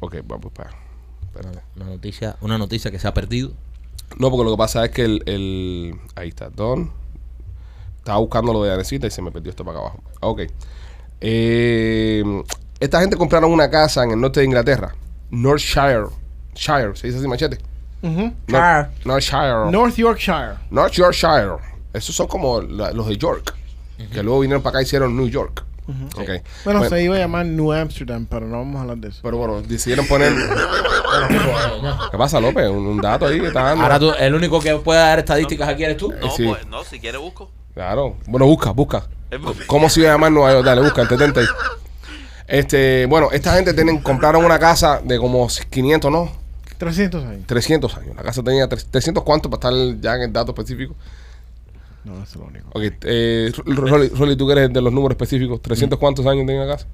S2: Ok, vamos para. Espérate.
S3: Una noticia, una noticia que se ha perdido.
S2: No, porque lo que pasa es que el. el- ahí está, Don. Estaba buscando lo de Anecita y se me perdió esto para acá abajo. Ah, Ok. Eh, esta gente compraron una casa en el norte de Inglaterra. Northshire. Shire, ¿se dice así, machete?
S6: Ujú.
S2: Nor- Northshire.
S6: North Yorkshire.
S2: North Yorkshire. Esos son como la- los de York. Que luego vinieron para acá y hicieron New York. Ok.
S6: Bueno, se iba a llamar New Amsterdam, pero no vamos a hablar de eso.
S2: Pero bueno, decidieron poner. ¿Qué pasa, López? Un, un dato ahí que está dando.
S3: Ahora tú, el único que puede dar estadísticas aquí eres tú.
S5: No,
S2: sí.
S5: pues, no, si quiere busco.
S2: Claro. Bueno, busca, busca.
S5: Eh,
S2: ¿Cómo se iba a llamar Nueva York? Dale, busca, entretente ahí. Este, bueno, esta gente tienen, compraron una casa de como 500, ¿no?
S6: 300 años.
S2: 300 años. La casa tenía tres- 300 cuántos para estar ya en el dato específico.
S6: No, eso es lo único.
S2: Ok, eh, Ro- Rolly, Rolly, tú que eres de los números específicos, ¿300
S6: Mm.
S2: cuántos años tenía la casa?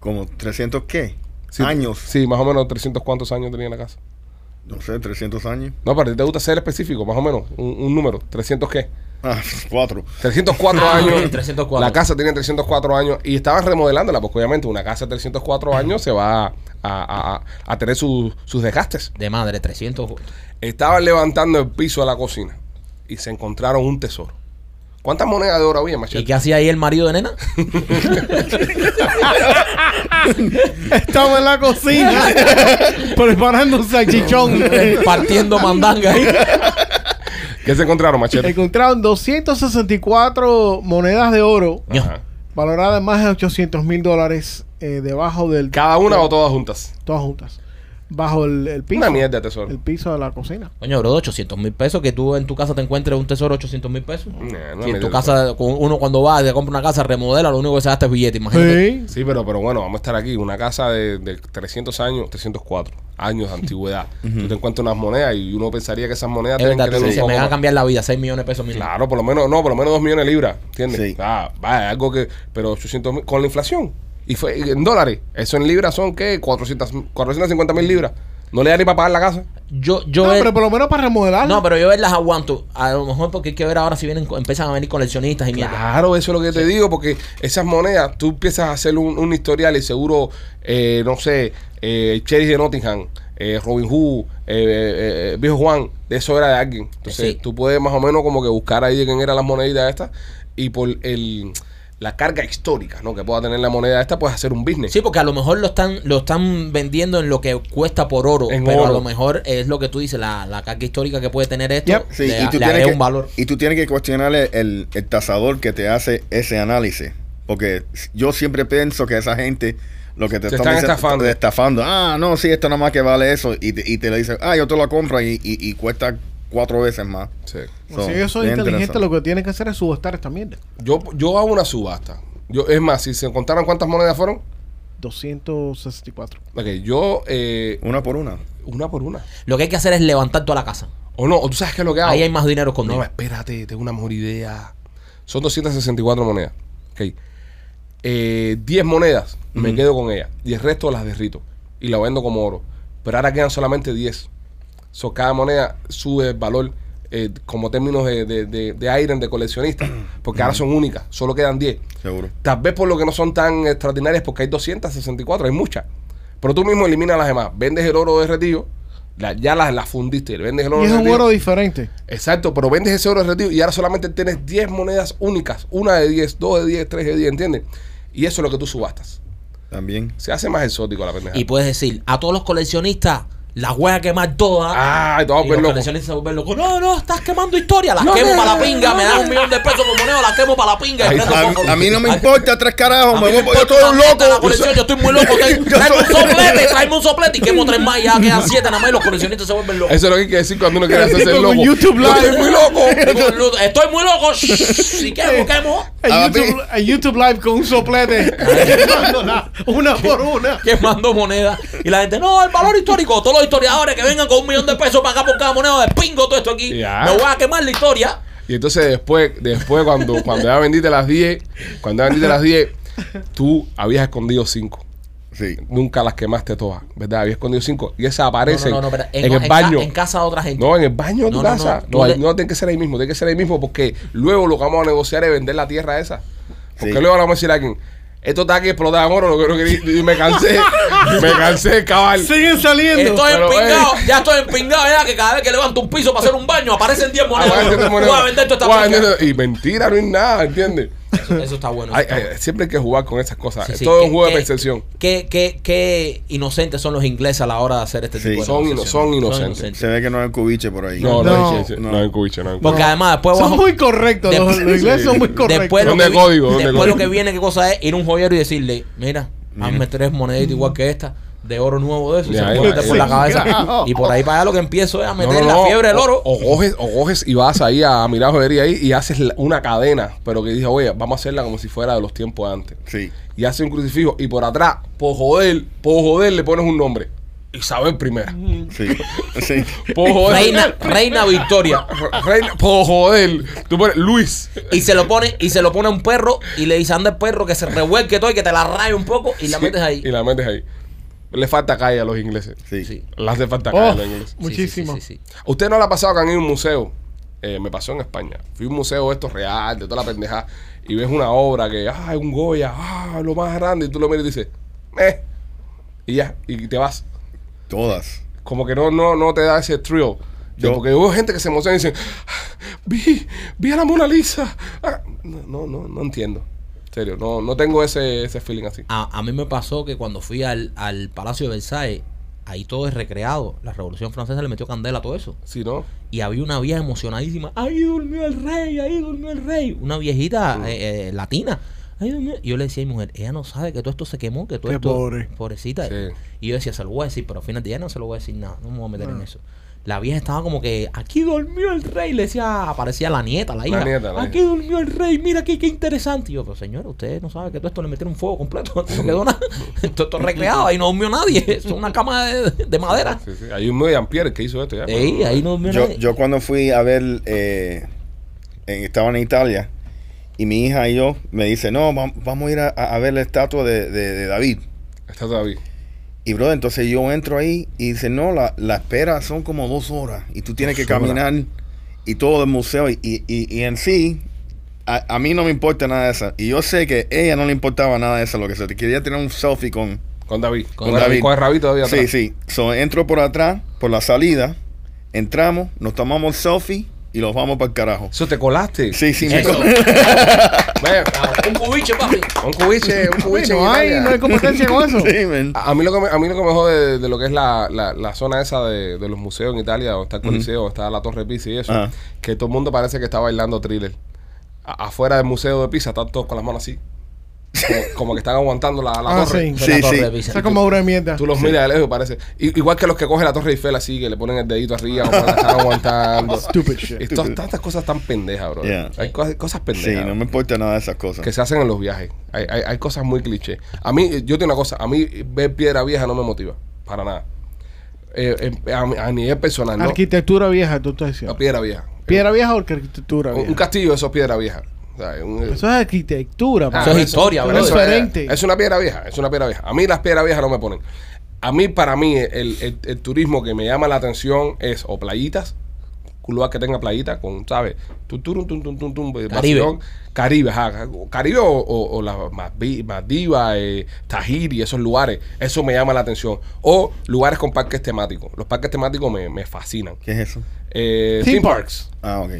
S4: Como 300 qué?
S2: Sí,
S4: años.
S2: Sí, más o menos 300 cuántos años tenía la casa.
S4: No sé, 300 años.
S2: No, pero a ti te gusta ser específico, más o menos, un, un número. ¿300 qué?
S4: Ah, cuatro.
S2: 304
S3: Ah,
S2: años.
S3: ok, 304.
S2: La casa tenía 304 años y estaban remodelándola, porque obviamente una casa de 304 años se va a, a- a- a tener sus- sus desgastes.
S3: De madre, 300.
S2: Estaban levantando el piso de la cocina y se encontraron un tesoro. ¿Cuántas monedas de oro había,
S3: ¿Y
S2: machete?
S3: qué hacía ahí el marido de nena?
S6: Estamos en la cocina preparando un salchichón.
S3: Partiendo mandanga ahí.
S2: ¿Qué se encontraron, machete?
S6: Encontraron 264 monedas de oro
S3: Ah,
S2: Ajá.
S6: valoradas en más de 800 mil dólares eh, debajo del...
S2: ¿Cada una o todas juntas?
S6: Todas juntas. Bajo el, el piso.
S2: Una mierda de tesoro.
S6: El piso de la cocina.
S3: Coño, bro, 800 mil pesos. Que tú en tu casa te encuentres un tesoro de 800 mil pesos.
S2: Nah, no
S3: Si
S2: me
S3: en tu
S2: dio
S3: casa, con- uno cuando va, te compra una casa, remodela, lo único que se gasta es billete, imagínate.
S6: Sí.
S2: Sí, pero, pero bueno, vamos a estar aquí. Una casa de, de 300 años, 304 años de antigüedad. Tú te encuentras unas monedas y uno pensaría que esas monedas
S3: Es
S2: tienen
S3: verdad,
S2: que
S3: tú
S2: tener un
S3: dices,
S2: poco
S3: me va a
S2: más.
S3: cambiar la vida, 6 millones de pesos mínimo.
S2: Claro, por lo menos, no, por lo menos 2 millones de libras, ¿entiendes?
S4: Sí.
S2: Ah, vaya, algo que, pero 800 mil, con la inflación. Y fue y en dólares. Eso en libras son, ¿qué? 400, 450 mil libras. No le da ni para pagar la casa.
S3: Yo, yo
S6: No,
S3: ver-
S6: pero por lo menos para remodelarla.
S3: no, pero yo ver las aguanto. A lo mejor porque hay que ver ahora si vienen, empiezan a venir coleccionistas y mierda.
S2: Claro, eso es lo que te digo, porque esas monedas, tú empiezas a hacer un, un historial y seguro, eh, no sé, eh, Cherry de Nottingham, eh, Robin Hood, eh, eh, eh, Viejo Juan, de eso era de alguien. Entonces,
S3: Sí.
S2: tú puedes más o menos como que buscar ahí de quién eran las moneditas estas y por el la carga histórica ¿no? que pueda tener la moneda esta, puedes hacer un business.
S3: Sí, porque a lo mejor lo están, lo están vendiendo en lo que cuesta por oro,
S2: En
S3: pero a
S2: oro.
S3: lo mejor es lo que tú dices, la, la carga histórica que puede tener esto
S6: Yep.
S4: Sí,
S3: le,
S4: y,
S3: le
S4: tú tienes
S3: agrega
S4: que,
S3: un valor.
S4: y tú tienes que cuestionar el, el- el tasador que te hace ese análisis. Porque yo siempre pienso que esa gente lo que te
S2: Te
S4: está
S2: están
S4: diciendo-
S2: estafando.
S4: te estafando. Ah, no, sí, esto nada más que vale eso. Y te, y te lo dicen, ah, yo te lo compro y, y- y cuesta cuatro veces más.
S2: Sí.
S3: Pues
S4: So,
S6: si ellos son
S4: bien
S6: inteligentes,
S4: interesante.
S6: lo que tienen que hacer es subastar esta mierda.
S2: Yo, yo hago una subasta. Yo, es más, si se contaran cuántas monedas fueron,
S6: 264.
S2: ok, yo eh,
S4: Una por una.
S2: una por una.
S3: Lo que hay que hacer es levantar toda la casa.
S2: O no, o tú sabes qué es lo que hago.
S3: Ahí hay más dinero
S2: No,
S3: escondido.
S2: espérate, tengo una mejor idea. Son 264 monedas. Ok. Eh, 10 monedas me quedo con ellas. Y el resto las derrito. Y las vendo como oro. Pero ahora quedan solamente 10. So, cada moneda sube el valor eh, como términos de, de, de, de item, de coleccionista. Porque ahora son únicas. Solo quedan 10.
S4: Seguro.
S2: Tal vez por lo que no son tan extraordinarias, porque hay 264, hay muchas. Pero tú mismo eliminas las demás. Vendes el oro derretido. la- ya las, las fundiste. Vendes el oro
S6: Y es un
S2: derretido.
S6: oro diferente.
S2: Exacto, pero vendes ese oro retiro y ahora solamente tienes 10 monedas únicas, una de 10, dos de 10, tres de 10, ¿entiendes? Y eso es lo que tú subastas.
S4: También.
S2: Se hace más exótico la pendeja.
S3: Y puedes decir, a todos los coleccionistas, las voy a quemar todas.
S2: Ah, y te vas a
S3: Y
S2: volver
S4: pues,
S3: los
S2: loco.
S3: cancionistas se vuelven locos. No, no, estás quemando historia. Las
S2: No,
S3: quemo
S2: no,
S3: para
S2: no,
S3: la pinga.
S2: no,
S3: me das
S2: no.
S3: un millón de pesos por moneda, las quemo para la pinga. y
S2: Ay,
S3: prendo
S4: A,
S3: fuego.
S4: a mí no me
S3: Ay,
S4: importa tres
S3: a
S4: carajos,
S3: mí no
S4: me voy, yo
S3: importa
S4: todo
S3: la mierda de La
S4: loco.
S3: colección, yo estoy muy loco. Ten-
S4: Yo
S3: Tráeme un
S4: soy-
S3: soplete, tráeme un soplete y quemo tres más. Ya quedan siete nada más y los coleccionistas se vuelven locos.
S2: Eso es lo que hay que decir cuando uno quiere
S6: Tipo
S2: hacerse el
S6: con
S2: loco.
S6: YouTube
S2: Yo
S6: Live.
S2: estoy muy loco.
S3: Tengo luto. Estoy muy loco. Si quemo, quemo.
S6: En
S4: Ah,
S6: YouTube, en YouTube Live con un soplete. Quemándola, una por una.
S3: Quemando monedas. Y la gente, no, el valor histórico. Todos los historiadores que vengan con un millón de pesos para acá por cada moneda, despingo todo esto aquí.
S2: Ya.
S3: Me voy a quemar la historia.
S2: Y entonces después, después cuando, cuando ya vendiste las 10, cuando ya vendiste las 10, tú habías escondido 5.
S4: Sí.
S2: Nunca las quemaste todas, ¿verdad? Habías escondido 5 y esas aparecen
S3: pero
S2: en,
S3: en
S2: el
S3: ca-
S2: baño.
S3: En casa de otra gente.
S2: No, en el baño de tu
S3: No, no,
S2: casa.
S3: no,
S2: No,
S3: tú
S2: ahí-
S3: le-
S2: no, tiene que ser ahí mismo, tiene que ser ahí mismo porque luego lo que vamos a negociar es vender la tierra esa. Porque
S4: Sí.
S2: luego le vamos a decir a alguien, estos taques explotaban oro, lo que no quería, y me cansé, me cansé de cavar.
S6: Siguen saliendo.
S3: Estoy
S2: Pero,
S3: empingado,
S2: eh.
S3: ya estoy empingado, ya que cada vez que levanto un piso para hacer un baño aparecen 10
S2: Ah, voy a vender tu
S3: monedas. Voy
S2: moneda.
S3: a vender toda
S2: Voy a
S3: esta
S2: vender-
S3: pinga.
S2: Y mentira, no es nada, ¿entiendes?
S3: Eso, eso está bueno. eso
S2: Hay-
S3: está
S2: hay-
S3: bueno.
S2: siempre hay que jugar con esas cosas.
S3: Sí, sí,
S2: Todo es
S3: qué-
S2: un juego de
S3: qué-
S2: percepción.
S3: Qué, qué- qué inocentes son los ingleses a la hora de hacer este
S4: Sí.
S3: tipo de
S2: Son ino-
S3: negociaciones.
S2: son inocentes.
S4: Se ve que no hay cubiche por ahí.
S2: No, no,
S6: No.
S2: no, no,
S4: No.
S2: hay cubiche, no hay
S3: Porque
S2: cubiche.
S3: además después
S6: Son
S3: bajo-
S6: muy correctos. Los,
S3: Después-
S6: los ingleses son muy correctos.
S3: Después, lo
S2: ¿Dónde
S3: que, vi-
S2: código? ¿Dónde
S3: después
S2: código?
S3: lo que viene, qué cosa es ir a un joyero y decirle, mira, hazme tres moneditas igual que esta, de oro nuevo de eso, y se
S2: Ya,
S3: lo
S2: ya,
S3: pones
S2: ya.
S3: por la cabeza.
S6: Chingao.
S3: Y por ahí para allá lo que empiezo es
S2: No,
S3: a meter
S2: no, no.
S3: la fiebre del
S2: O-
S3: oro.
S2: O, coges, o coges y vas ahí a mirar joyería ahí y haces la- una cadena, pero que dije, oye, vamos a hacerla como si fuera de los tiempos de antes.
S4: Sí.
S2: Y haces un crucifijo y por atrás, por joder, por joder, le pones un nombre. Isabel primera.
S4: Sí. Sí.
S2: Por joder.
S3: Reina, reina Victoria.
S2: Reina, por joder. Tú pones Luis.
S3: Y se lo pone, y se lo pone a un perro y le dice, anda el perro que se revuelque todo y que te la raye un poco y la
S2: Sí,
S3: metes ahí.
S2: Y la metes ahí. Le falta calle a los ingleses.
S4: Sí.
S3: Sí.
S2: Le hace falta calle
S6: Oh,
S2: a los ingleses.
S3: Sí, sí,
S6: muchísimo.
S3: sí, sí, sí.
S2: ¿A usted no le ha pasado que han ido a un museo? Eh, me pasó en España. Fui a un museo de estos real, de toda la pendejada, y ves una obra que, ah, un Goya, ah, lo más grande, y tú lo miras y dices, eh, y ya, y te vas.
S4: Todas.
S2: Como que no, no, no te da ese thrill. De-
S4: Yo-
S2: Porque hubo gente que se emociona y dicen, "Ah, vi, vi a la Mona Lisa. Ah, No, no, no, no entiendo. En serio, no, no tengo ese, ese feeling así.
S3: A, a mí me pasó que cuando fui al, al Palacio de Versailles, ahí todo es recreado. La Revolución Francesa le metió candela a todo eso.
S2: Sí, ¿no?
S3: Y había una vieja emocionadísima. Ahí durmió el rey, ahí durmió el rey. Una viejita eh, eh, latina. Ahí durmió. Y yo le decía a mi mujer, ella no sabe que todo esto se quemó, que todo
S6: Qué
S3: esto.
S6: pobre.
S3: Pobrecita.
S2: Sí.
S3: Y yo decía, se lo voy a decir, pero al final de día no se lo voy a decir nada. No me voy a meter
S6: Ah.
S3: en eso. La vieja estaba como que, aquí durmió el rey. Le decía, aparecía la nieta, la hija.
S2: nieta, la
S3: aquí
S2: hija.
S3: durmió el rey, mira aquí, qué interesante. Y yo, pero señora, usted no sabe que todo esto le metieron fuego completo. No quedó nada. Todo esto es recreado, ahí no durmió nadie. Es una cama de, de madera.
S2: Sí, sí. Hay un medio Pierre que hizo esto ya.
S3: Ah. Ey, ahí no durmió
S4: Yo,
S3: nadie.
S4: yo cuando fui a ver, eh, en- estaba en Italia, y mi hija y yo me dice, no, vam- vamos a ir a, a ver la estatua de, de- de David.
S2: Está todavía.
S4: Y bro, entonces yo entro ahí y dice, no, la, la espera son como dos horas y tú tienes que
S2: Dos horas.
S4: caminar y todo el museo. Y, y- y- y en sí, a, a mí no me importa nada de eso. Y yo sé que a ella no le importaba nada de eso, lo que se quería tener un selfie con,
S2: Con David.
S3: Con
S2: Con, David.
S4: David.
S2: Con el rabito todavía
S4: Sí,
S2: atrás.
S4: sí. So, entro por atrás, por la salida, entramos, nos tomamos el selfie y los vamos para el carajo.
S2: Eso te colaste.
S4: Sí, sí, me
S3: Eso.
S4: co-
S2: Ve,
S3: Un cubiche, papi.
S2: un cubiche, un
S6: Uy,
S2: cubiche. en
S6: no, hay,
S2: Italia.
S6: no hay competencia con eso.
S4: Sí, man.
S2: a, a mí lo que me, a mí lo que me jode de, de lo que es la, la, la zona esa de, de los museos en Italia, donde está el Coliseo, donde está la Torre Pisa y eso,
S4: Ajá.
S2: que todo el mundo parece que está bailando thriller. A- afuera del Museo de Pisa están todos con las manos así. Como, como que están aguantando la, la
S6: Ah,
S2: torre.
S6: sí.
S4: Sí, sí.
S6: Eso es como obra de mierda.
S2: Tú los miras de lejos y parece. i- Igual que los que cogen la Torre Eiffel así, que le ponen el dedito arriba, como que la están aguantando.
S6: Stupid shit.
S2: Esto- tantas cosas tan pendejas, bro.
S4: Yeah.
S2: Hay cosas, cosas
S4: Sí,
S2: pendejas.
S4: no me importa nada de esas cosas.
S2: que se hacen en los viajes. Hay, hay, hay cosas muy cliché. A mí, eh, yo tengo una cosa, a mí ver piedra vieja no me motiva, para nada. Eh, eh, a, mi- a nivel personal, ¿no?
S6: Arquitectura vieja, tú estás diciendo.
S2: No, piedra vieja.
S6: Piedra vieja o arquitectura
S2: Un,
S6: vieja.
S2: un castillo, eso es piedra vieja. O sea, un-
S6: Eso es arquitectura,
S2: Ah,
S3: Eso
S6: bro.
S3: es historia,
S2: pero
S3: bro.
S2: eso
S6: Diferente.
S2: Es, es una piedra vieja, es una piedra vieja. A mí las piedras viejas no me ponen. A mí, para mí, el, el- el turismo que me llama la atención es o playitas, un lugar que tenga playita con, ¿sabes? Tum, turum, tum, tum, tum, tum,
S3: Caribe.
S2: vacilón. Caribe, ajá. Caribe o, o- o las Maldi- Maldivas, eh, Tahiti, esos lugares. Eso me llama la atención. O lugares con parques temáticos. Los parques temáticos me, me fascinan.
S4: ¿Qué es eso?
S2: Eh,
S6: Theme
S2: theme parks.
S4: Ah, ok.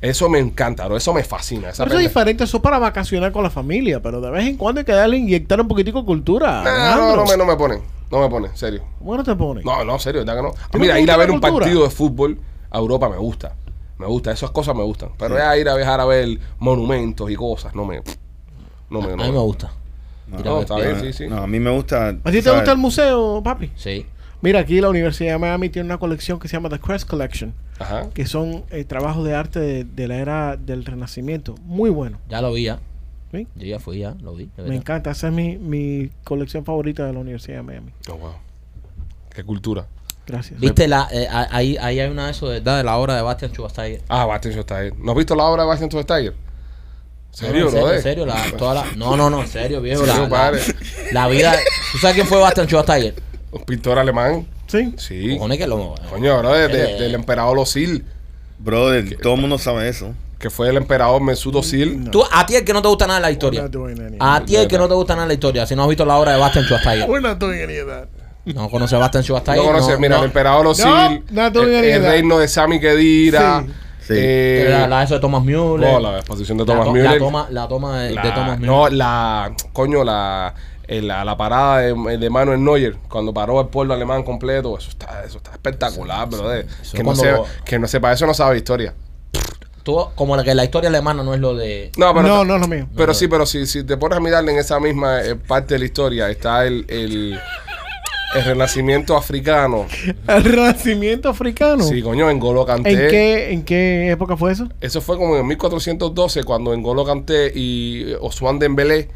S2: Eso me encanta, bro. Eso me fascina. Esa
S6: Pero eso es
S2: pendeja.
S6: diferente, eso es para vacacionar con la familia, pero de vez en cuando hay que darle inyectar un poquitico de cultura.
S2: Nah,
S6: Alejandro.
S2: no, no, me, no me ponen. No me ponen, serio.
S6: ¿Cómo no te pones?
S2: No, no, serio, ¿verdad que no? Ah,
S6: no
S2: Mira,
S6: te
S2: ir a
S6: gusta
S2: ver
S6: la
S2: un
S6: cultura?
S2: partido de fútbol a Europa me gusta. Me gusta, esas cosas me gustan. Pero ya ir a viajar a ver monumentos y cosas, no me. No me.
S3: A
S2: No,
S3: mí me gusta.
S4: No,
S3: Mira,
S2: No, está bien,
S4: no,
S2: sí, sí.
S4: no, a mí me gusta.
S6: ¿A ti te gusta el museo, papi?
S3: Sí.
S6: Mira, aquí la Universidad de Miami tiene una colección que se llama The Crest Collection,
S2: Ajá.
S6: que son eh, trabajos de arte de, de la era del Renacimiento. Muy bueno.
S3: Ya lo vi ya.
S6: ¿sí?
S3: Yo ya fui ya, lo vi. de
S6: Me
S3: verdad.
S6: encanta, esa es mi, mi colección favorita de la Universidad de Miami.
S2: Oh, wow. Qué cultura.
S6: Gracias.
S3: ¿Viste la, eh, a- ahí, ahí hay una de eso, ¿verdad? De la obra de Bastian Schweinsteiger.
S2: Ah, Bastian Schweinsteiger. ¿No has visto la obra de Bastian Schweinsteiger? ¿Serio,
S3: No,
S2: bro?
S3: en serio, en serio, la- toda la- no, no, no, en serio, viejo. La,
S2: Serio,
S3: la-
S2: padre.
S3: la vida. ¿Tú sabes quién fue Bastian Schweinsteiger?
S2: Un pintor alemán.
S6: Sí.
S2: Sí.
S3: Cojones que lo.
S2: Coño, bro, de- de-
S3: Eh.
S2: del emperador Osil,
S4: Brother, todo el mundo sabe eso.
S2: que fue el emperador Mesut Osil.
S3: Tú, a ti es que no te gusta nada la historia.
S6: We're not doing any of
S3: A ti es que no te gusta nada la historia. Si no has visto la obra de Bastian
S6: that.
S3: Schweinsteiger.
S6: We're not doing any of that.
S3: No conoces a Bastian
S2: No
S3: Schweinsteiger.
S2: conoces, mira, el emperador Osil,
S6: no
S2: el,
S6: tengo ni
S2: el
S6: idea.
S2: reino de Sami Kedira,
S6: Sí.
S4: Sí.
S2: eh,
S3: la, la eso de Thomas Müller.
S2: no, la exposición de
S3: La
S2: Thomas
S3: to-
S2: Müller.
S3: La toma, la toma de, de
S2: La-
S3: Thomas Müller.
S2: no, la. Coño, la. eh, La, la parada de, de Manuel Neuer cuando paró el pueblo alemán completo, eso está, eso está espectacular, brother.
S3: eso
S2: que, no
S3: cuando-
S2: sepa- que no sepa, eso no sabe historia.
S3: Tú- como la que la historia alemana no es lo de.
S2: No, Ah, pero,
S6: no, no es lo mío.
S2: pero sí, pero si si te pones a mirarle en esa misma eh, parte de la historia, está el, el, el renacimiento africano.
S6: El Renacimiento africano.
S2: Sí, coño, en Golo Kanté.
S6: ¿En qué, ¿En qué época fue eso?
S2: Eso fue como en 1412 cuando N'Golo Kanté y Oswan Dembélé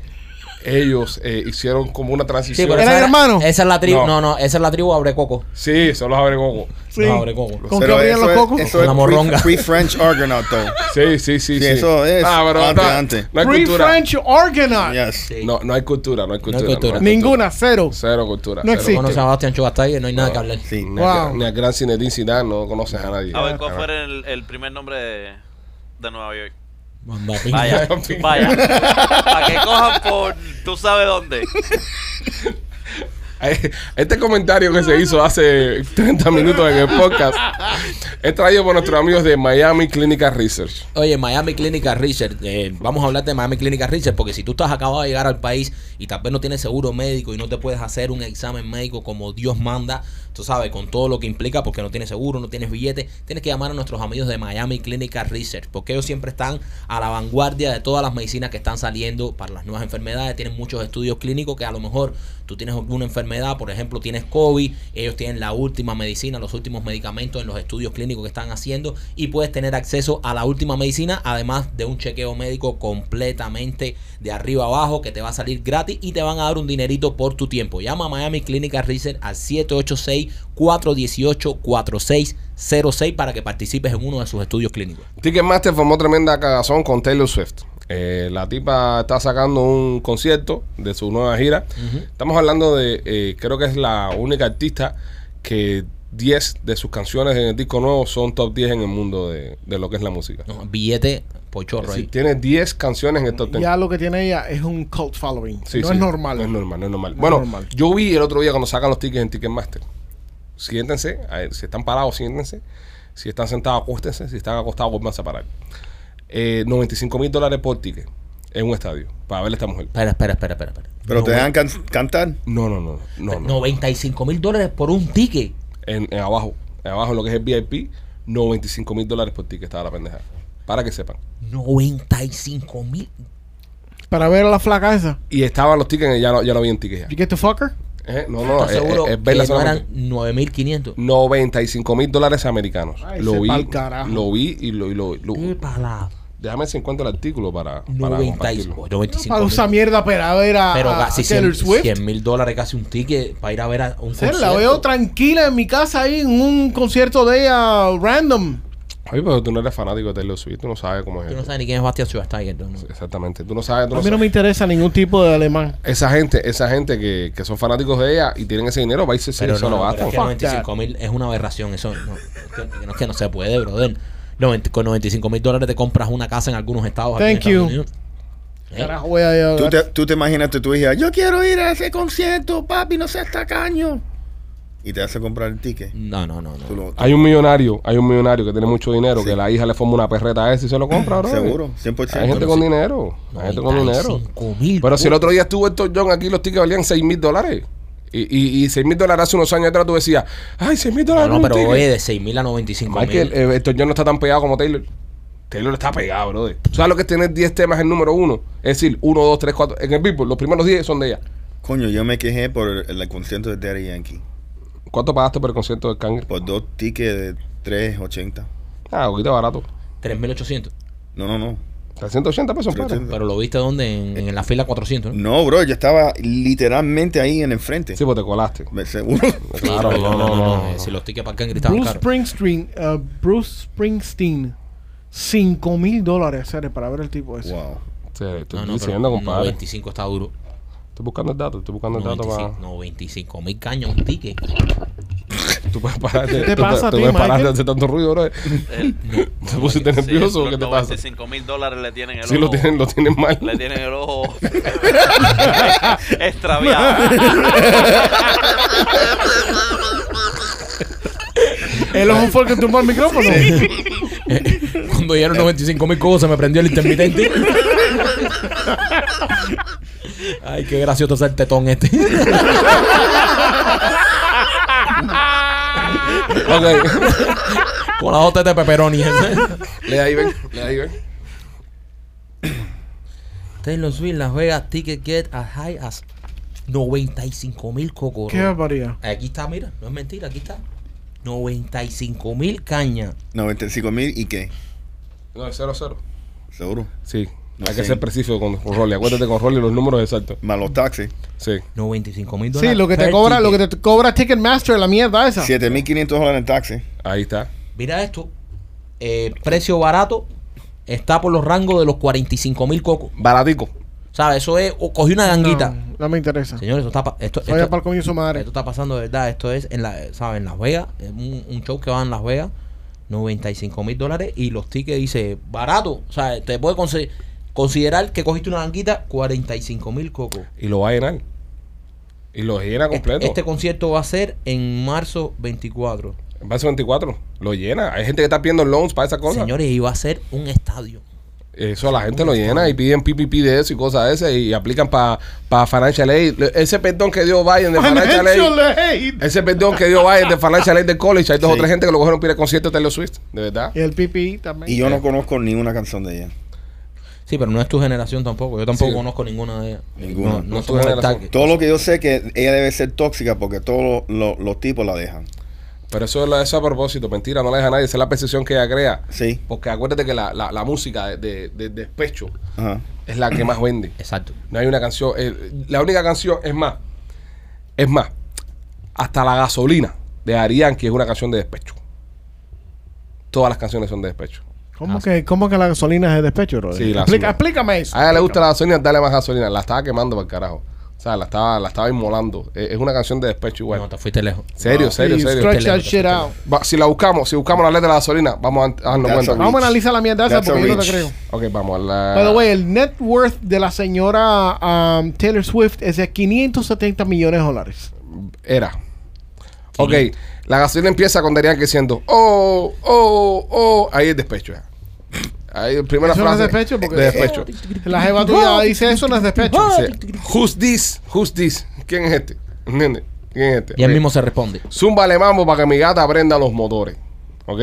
S2: ellos eh, hicieron como una
S3: Sí,
S2: transición.
S3: pero
S6: ¿Eran
S3: esa, era-
S6: hermanos?
S3: esa es la tribu.
S2: No.
S3: No. no, esa es la tribu Abrecoco.
S2: Sí, son los abregogos.
S6: Sí.
S3: Los Abrecoco.
S6: ¿Con
S4: Pero
S6: qué abrían
S4: eso
S6: los
S4: es-
S6: cocos?
S4: Eso
S3: Con la
S4: es
S3: morronga.
S4: Free French Argonaut, though.
S2: Sí, sí, sí, sí.
S4: Sí, eso es.
S2: Ah, pero
S4: Antes,
S2: no,
S4: antes.
S2: no hay
S6: Free
S2: cultura.
S6: French Organaut.
S4: Yes.
S2: No, no hay cultura, no hay cultura.
S3: cultura.
S6: Ninguna, cero.
S2: Cero cultura.
S6: No
S2: cero.
S6: existe.
S3: No conoces a Bastian Schweinsteiger, no hay nada que hablar.
S4: Sí.
S2: Ni, a-
S6: Wow. Ah,
S2: ni a Gran Zinedine Zidane no conoces a nadie.
S5: A ver cuál fuera el, el primer nombre de, de Nueva York.
S3: Manda pinga.
S5: Vaya, vaya. Para que cojan por tú sabes dónde.
S2: Este comentario que se hizo hace 30 minutos en el podcast es traído por nuestros amigos de Miami Clinical Research.
S3: Oye, Miami Clinical Research, eh, vamos a hablar de Miami Clinical Research porque si tú estás acabado de llegar al país y tal vez no tienes seguro médico y no te puedes hacer un examen médico como Dios manda, tú sabes, con todo lo que implica porque no tienes seguro, no tienes billete, tienes que llamar a nuestros amigos de Miami Clinical Research porque ellos siempre están a la vanguardia de todas las medicinas que están saliendo para las nuevas enfermedades, tienen muchos estudios clínicos que a lo mejor tú tienes alguna enfermedad, por ejemplo, tienes COVID, ellos tienen la última medicina, los últimos medicamentos en los estudios clínicos que están haciendo y puedes tener acceso a la última medicina, además de un chequeo médico completamente de arriba abajo que te va a salir gratis y te van a dar un dinerito por tu tiempo. Llama a Miami Clinical Research al 786-418-4606 para que participes en uno de sus estudios clínicos.
S2: Ticketmaster formó tremenda cagazón con Taylor Swift. Eh, la tipa está sacando un concierto de su nueva gira. Estamos hablando de, eh, creo que es la única artista que 10 de sus canciones en el disco nuevo son top 10 en el mundo de, de lo que es la música.
S3: No, billete por chorro
S2: Si
S3: ahí.
S2: tiene 10 canciones en el top 10.
S6: Ya lo que tiene ella es un cult following.
S2: Sí,
S6: no
S2: sí.
S6: es normal.
S2: No es normal, no es normal.
S6: No es
S2: bueno,
S6: normal.
S2: yo vi el otro día cuando sacan los tickets en Ticketmaster. Siéntense, a ver, si están parados, siéntense. Si están sentados, acuéstense. Si están acostados, vuelvan a parar. Eh, 95 mil dólares por ticket en un estadio para ver a esta mujer.
S3: Espera, espera, espera, espera. espera.
S4: Pero te dejan can- cantar.
S2: No, no, no, no. no.
S3: 95 mil dólares por un ticket.
S2: En, en abajo, en abajo, en lo que es el VIP, 95 mil dólares por ticket estaba la pendeja. Para que sepan.
S3: 95 mil.
S6: Para ver a la flaca esa.
S2: Y estaban los tickets, ya no, ya no vi en ticket
S6: You
S2: ya.
S6: get the fucker.
S2: Eh, No, no,
S3: ¿Estás
S2: es,
S3: seguro
S2: es- es
S3: que
S2: verla
S3: no
S2: solamente.
S3: eran 9500?
S2: 95 mil dólares americanos.
S6: Ay,
S2: lo
S6: se
S2: vi.
S6: pa'l carajo.
S2: Lo vi y lo. y lo- y lo-
S3: ¿Qué palabra?
S2: déjame si encuentro el artículo para. Uh. para
S3: 95.
S2: compartirlo.
S3: 95
S6: Para Ah, esa
S3: mil.
S6: mierda para ver a,
S3: Pero
S6: a
S3: casi
S6: Taylor
S3: 100
S6: Swift.
S3: 100 mil dólares casi un ticket para ir a ver a un
S6: Sí,
S3: concierto.
S6: la veo tranquila en mi casa ahí en un concierto de ella random.
S2: Ay, pero tú no eres fanático de Taylor Swift, tú no sabes cómo es.
S3: Tú no
S2: esto.
S3: sabes ni quién es Bastian Schweinsteiger. tú no.
S2: Exactamente, tú no sabes. Tú no
S6: A mí no
S2: sabes.
S6: me interesa ningún tipo de alemán.
S2: Esa gente, esa gente que, que son fanáticos de ella y tienen ese dinero, va a irse sin
S3: Pero
S2: eso
S3: no,
S2: lo
S3: no, pero
S2: gastan.
S3: es que
S6: Fuck
S3: 95 mil es una aberración. Eso no, es que, no es que no se puede, brother. Noventa- con 95 mil dólares te compras una casa en algunos estados. aquí en
S6: Thank you.
S3: Estados Unidos. Eh,
S6: Carajo, voy a ir a-
S4: ¿Tú te, tú te imaginas que tú dijeras, yo quiero ir a ese concierto, papi, no seas tacaño. y te hace comprar el ticket.
S3: No, no, no. no.
S4: Tú lo-
S2: Hay un millonario, hay un millonario que tiene mucho dinero,
S4: Sí.
S2: que la hija le forma una perreta a ese y se lo compra, bro.
S4: Seguro, 100%.
S2: Ah, Hay gente con
S4: Sí.
S2: dinero, hay gente con dinero.
S3: 95 mil.
S2: Pero si el otro día estuvo el John aquí, los tickets valían 6 mil dólares. Y, y, 6 mil dólares hace unos años atrás tú decías, ay, 6 mil
S3: No,
S2: dólares.
S3: no,
S2: un
S3: pero
S2: ticket".
S3: oye, de 6 mil a 95
S2: Michael,
S3: mil.
S2: eh, Elton John no está tan pegado como Taylor. Taylor está pegado, brother. ¿Tú ¿Sabes lo que es tener 10 temas en número uno? Es decir, 1, 2, 3, 4. En el Billboard, los primeros 10 son de ella.
S4: Coño, yo me quejé por el, el concierto de Daddy Yankee.
S2: ¿Cuánto pagaste por el concierto del Kangri?
S4: Por dos tickets de 3.80.
S2: Ah, un poquito barato.
S3: 3.800.
S4: No, no, no.
S2: 380 pesos, padre.
S4: 300.
S3: Pero lo viste donde? En, en la fila 400. ¿no?
S4: No, bro, yo estaba literalmente ahí en enfrente.
S2: Sí, pues te colaste.
S4: Me- Seguro.
S2: Claro,
S3: Sí,
S2: no, no, no.
S3: eh, Si los tickets para el Cangri estaban
S6: Bruce
S3: caros.
S6: Springsteen, uh, Bruce Springsteen, 5 mil dólares Cere, para ver el tipo ese.
S4: wow.
S2: Sí, te estoy
S3: No, no, pero
S2: diciendo, compadre.
S3: 95 está duro.
S2: Estoy buscando el dato, estoy buscando el dato
S3: 95
S2: para.
S3: 95 mil cañas un ticket.
S2: Tú puedes parar de,
S6: ¿Qué te
S2: tú
S6: pasa
S2: puedes-
S6: a
S2: tú
S6: ti,
S2: puedes parar de
S6: Michael?
S2: hacer tanto ruido, bro.
S5: El-
S2: Te pusiste
S5: Sí,
S2: nervioso,
S5: los
S2: ¿qué te pasa?
S5: 95 mil dólares le tienen el
S2: Sí,
S5: ojo.
S2: lo tienen, lo tienen mal.
S5: Le tienen el ojo extraviado.
S6: El ojo fue el que tumbó el micrófono.
S3: Cuando llegaron 95 mil cosas, se me prendió el intermitente. Ay, qué gracioso es el tetón este.
S2: Ok.
S3: Con las hotas de pepperoni.
S2: le da ahí, ven. Le da ahí, ven.
S3: Taylor Swift, Las Vegas, ticket get as high as 95 mil cocoros.
S6: Qué barbaridad.
S3: Aquí está, mira, no es mentira, aquí está. 95 mil cañas.
S4: 95 mil y qué.
S2: No, es 0-0.
S4: Seguro.
S2: Sí.
S4: No
S2: Hay
S4: sé.
S2: que ser preciso con, con Rolly. Acuérdate con Rolly los números exactos.
S4: Más los taxis.
S2: Sí.
S3: 95 mil dólares.
S6: Sí, lo que te
S3: per
S6: cobra, lo
S3: ticket.
S6: que te cobra Ticketmaster, la mierda esa.
S4: 7.500 dólares en taxi.
S2: Ahí está.
S3: Mira esto. eh, precio barato está por los rangos de los 45 mil cocos.
S2: Baratico.
S3: ¿Sabes? Eso es. o Cogí una ganguita.
S6: No, no me interesa.
S3: Señores, esto está, pa- esto,
S6: Vaya
S3: esto-
S6: para el coño de su madre.
S3: esto está pasando de verdad. Esto es en la, ¿sabes? En Las Vegas. es Un, un show que va en Las Vegas. 95 mil dólares. Y los tickets dice barato. O sea, te puede conse- considerar que cogiste una ganguita 45 mil cocos.
S2: Y lo va a llenar. Y lo llena completo.
S3: Este, este concierto va a ser en marzo 24.
S2: En base 24. Lo llena. Hay gente que está pidiendo loans para esa cosa.
S3: Señores, y va a ser un estadio.
S2: Eso la gente lo llena y piden PPP de eso y cosas de esas y aplican para pa Financial Aid. Le- Ese perdón que dio Biden de Financial Aid.
S6: Financial aid.
S2: Ese perdón que dio Biden de Financial Aid del college. Hay dos
S4: Sí.
S2: o tres gente que lo cogieron para ir al concierto de Taylor Swift. De verdad.
S6: Y el PPI también.
S4: Y yo no conozco ni una canción de ella.
S3: Sí, pero no es tu generación tampoco. Yo tampoco
S2: Sí.
S3: conozco ninguna de ellas.
S4: Ninguna.
S3: No, no,
S2: No es tu
S3: somos el
S2: generación.
S3: target.
S4: Todo lo que yo sé que ella debe ser tóxica porque todos los, los- los tipos la dejan.
S2: Pero eso, es la- eso es a propósito. Mentira, no la deja nadie. Esa es la percepción que ella crea.
S4: Sí.
S2: Porque acuérdate que la, la- la música de, de, de despecho
S4: Ajá.
S2: es la que más vende.
S3: Exacto.
S2: No hay una canción. eh, la única canción, es más, es más, hasta la gasolina de Arián, que es una canción de despecho. Todas las canciones son de despecho.
S6: ¿Cómo, que, ¿Cómo que la gasolina es de despecho, brother?
S2: Sí, la
S6: Explica-
S2: gasolina. Ah,
S6: explícame eso.
S2: A ella le gusta la gasolina, dale más gasolina. La estaba quemando para el carajo. O sea, la estaba, la estaba inmolando. Eh, Es, es una canción de despecho igual.
S3: No, te fuiste lejos.
S2: serio,
S6: Sí,
S2: serio, serio.
S6: Ah, Stretch that
S3: Teléfono,
S6: shit out.
S2: Va, si la buscamos, si buscamos la letra de la gasolina, vamos a, a darnos
S4: That's
S2: cuenta.
S4: a
S6: Vamos a analizar la mierda esa
S4: That's a
S6: porque yo no te
S4: reach.
S6: creo.
S2: Ok, vamos a la.
S6: By the way, el net worth de la señora um, Taylor Swift es de 570 millones de dólares.
S2: Era. Ok, la gasolina empieza con Darían diciendo, oh, oh, oh, ahí es despecho ya. Ahí, primera
S6: Eso no es
S2: frase.
S6: despecho porque-
S2: de
S6: Eh,
S2: despecho.
S6: La jeva tuya dice eso, no es despecho.
S2: Sí. Who's this? Who's this? ¿Quién es este? ¿Entiendes? ¿Quién es este?
S3: Y él
S2: Ok.
S3: mismo se responde.
S2: Zúmbale mambo para que mi gata aprenda los motores. ¿Ok?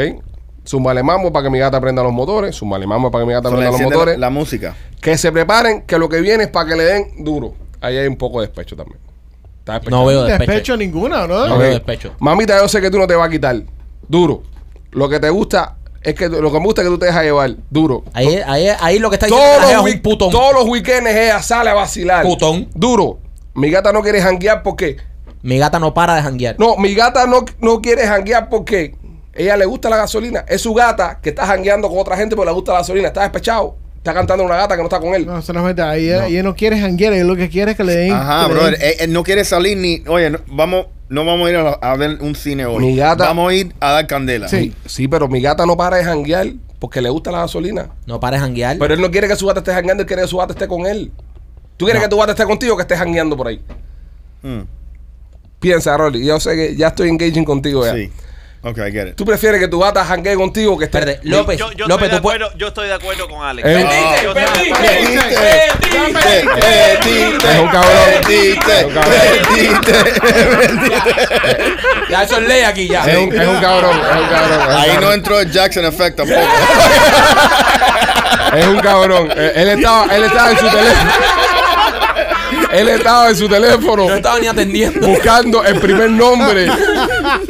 S2: Zúmbale mambo para que mi gata aprenda los motores. Zúmbale mambo para que mi gata
S4: Solo
S2: aprenda los
S4: enciende la,
S2: motores.
S4: la música.
S2: Que se preparen, que lo que viene es para que le den duro. Ahí hay un poco de despecho también. Está despechado.
S3: No veo despecho.
S6: Despecho ninguna, ¿no?
S3: No
S2: Ok.
S3: veo despecho.
S2: Mamita, yo sé que tú no te vas a quitar. Duro. Lo que te gusta es que lo que me gusta es que tú te dejas llevar. Duro.
S3: Ahí, ahí, ahí lo que está diciendo
S2: Todos
S3: la
S2: los,
S3: jeva es
S2: week-
S3: un putón.
S2: todos los weekends ella sale a vacilar.
S3: Putón.
S2: Duro. Mi gata no quiere janguear porque.
S3: Mi gata no para de janguear.
S2: No, mi gata no, no quiere janguear porque ella le gusta la gasolina. Es su gata que está jangueando con otra gente porque le gusta la gasolina. Está despechado. Está cantando una gata que no está con él.
S6: No, eso no es verdad. Ella no, ella no quiere janguear, ella lo que quiere es que le den.
S4: Ajá,
S6: que le
S4: brother.
S6: den-
S4: Eh, eh, no quiere salir ni. Oye, no, vamos, no vamos a ir a, la- a ver un cine hoy.
S2: Mi gata-
S4: Vamos a ir a dar candela.
S6: Sí.
S2: Sí, pero mi gata no para de janguear porque le gusta la gasolina.
S3: No para de janguear.
S2: Pero él no quiere que su gata esté jangueando, él quiere que su gata esté con él. ¿Tú quieres
S3: No.
S2: que tu gata esté contigo o que esté jangueando por ahí?
S4: Mm.
S2: Piensa, Rolly. Yo sé que ya estoy engaging contigo ya.
S4: Sí. Ok, I get it.
S2: ¿Tú prefieres que tu bata janguee contigo que esté...
S3: Espérate, López,
S5: yo, yo
S3: López,
S5: estoy de
S3: tú puedes-
S5: acuerdo, yo estoy de acuerdo con Alex.
S2: Eh,
S5: Yo estoy de
S7: Perdiste,
S5: acuerdo.
S7: perdiste,
S4: Perdiste, perdiste,
S2: Es un cabrón.
S4: perdiste,
S2: Es un cabrón.
S3: Ya eso es ley aquí ya.
S2: Es un, es un cabrón, es un cabrón. es un
S4: Ahí no
S2: cabrón. Pues,
S4: entró el Jackson Effect tampoco.
S2: Es un cabrón. Eh, Él estaba, él estaba en su teléfono. Él estaba en su teléfono
S3: No estaba ni atendiendo.
S2: buscando el primer nombre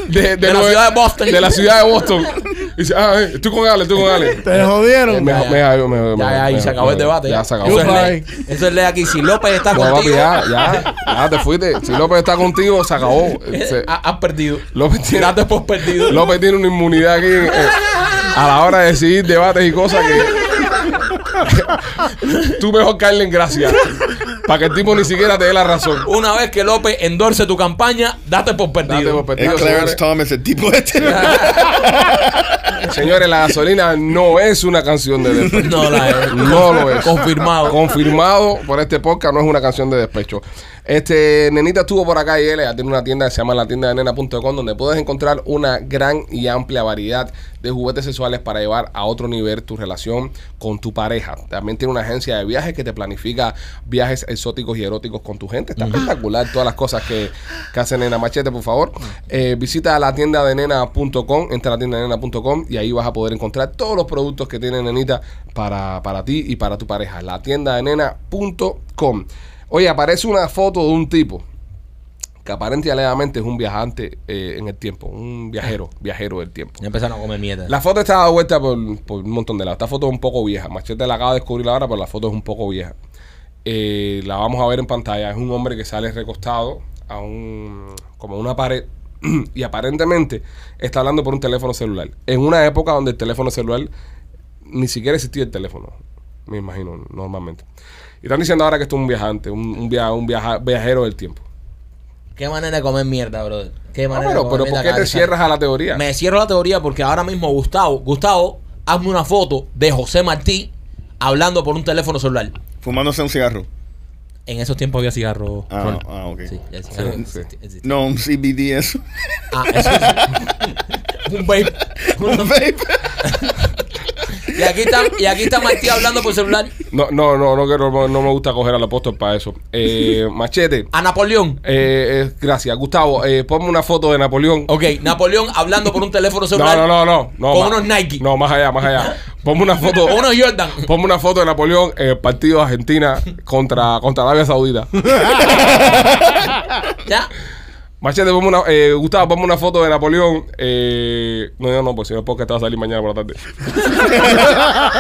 S2: de, de
S3: De la
S2: los-
S3: ciudad de Boston.
S2: de la ciudad de Boston. Y dice, ah, eh, estoy con Ale, estoy con Ale.
S6: Te jodieron.
S2: Me, me, me, me-
S3: Ya, ya,
S2: me-
S3: y se acabó el debate.
S2: Ya se acabó.
S3: Eso es
S6: Goodbye.
S3: ley. Eso es ley aquí. Si López está
S2: No, papi,
S3: contigo,
S2: ya, ya, ya te fuiste. Si López está contigo, se acabó. Se-
S3: ha- has perdido.
S2: López tiene,
S3: Dato por perdido.
S2: López tiene una inmunidad aquí eh, a la hora de decidir debates y cosas que. Tú mejor caerle en gracia. Para que el tipo ni siquiera te dé la razón.
S3: Una vez que López endorse tu campaña, date por
S2: Date
S3: perdido.
S2: por perdido,
S4: Es Clarence
S2: pues, señores.
S4: Thomas, el tipo este.
S2: Señores, la gasolina no es una canción de despecho.
S3: No la es.
S2: No lo es.
S3: Confirmado.
S2: Confirmado por este podcast, no es una canción de despecho. Este, Nenita estuvo por acá y él tiene una tienda que se llama la tienda de nena.com donde puedes encontrar una gran y amplia variedad de juguetes sexuales para llevar a otro nivel tu relación con tu pareja. También tiene una agencia de viajes que te planifica viajes exóticos y eróticos con tu gente. Está espectacular todas las cosas que, que hace Nena Machete, por favor. Eh, visita la tienda de nena.com, entra a la tienda de nena.com y ahí vas a poder encontrar todos los productos que tiene Nenita para, para ti y para tu pareja. La tienda de nena.com. Oye, aparece una foto de un tipo que aparente y alegadamente es un viajante eh, en el tiempo, un viajero, viajero del tiempo.
S3: Ya empezaron a comer mierda.
S2: La foto está vuelta por, por un montón de lados. Esta foto es un poco vieja. Machete la acaba de descubrir ahora, pero la foto es un poco vieja. Eh, la vamos a ver en pantalla. Es un hombre que sale recostado a un como a una pared y aparentemente está hablando por un teléfono celular. En una época donde el teléfono celular ni siquiera existía el teléfono, me imagino, normalmente. Y están diciendo ahora que esto es un viajante, un, un via- un viaja- viajero del tiempo.
S3: Qué manera de comer mierda, brother. Qué
S2: Ah,
S3: manera de
S2: pero,
S3: comer
S2: pero ¿por
S3: mierda
S2: qué
S3: cada
S2: te
S3: vez que
S2: cierras
S3: sale.
S2: a la teoría?
S3: Me cierro la teoría porque ahora mismo Gustavo, Gustavo, hazme una foto de José Martí hablando por un teléfono celular.
S4: Fumándose un cigarro.
S3: En esos tiempos había cigarro.
S4: Ah,
S3: Ronald.
S4: ah, ok.
S3: Sí, ya el cigarro
S2: Sí,
S3: existi-
S2: sí.
S3: existi-
S4: No, un CBD eso.
S3: Ah, eso es- un vape.
S4: Un vape.
S3: Y aquí está, y aquí está Martí hablando por celular
S2: No, no, no, no, quiero- no, no me gusta coger al apóstol para eso. Eh, machete.
S3: a Napoleón.
S2: Eh, eh, gracias, Gustavo. Eh, ponme una foto de Napoleón.
S3: Ok, Napoleón hablando por un teléfono
S2: No,
S3: celular.
S2: no, no, no. no,
S3: Con
S2: ma-
S3: unos Nike.
S2: No, más allá, más allá. Ponme una foto.
S3: O unos Jordan.
S2: Ponme una foto de Napoleón en el partido Argentina contra, contra Arabia Saudita.
S3: Ya.
S2: Machete, ponme una, eh, Gustavo, ponme una foto de Napoleón. Eh, no, no, no, pues si no, porque te va a salir mañana por la tarde.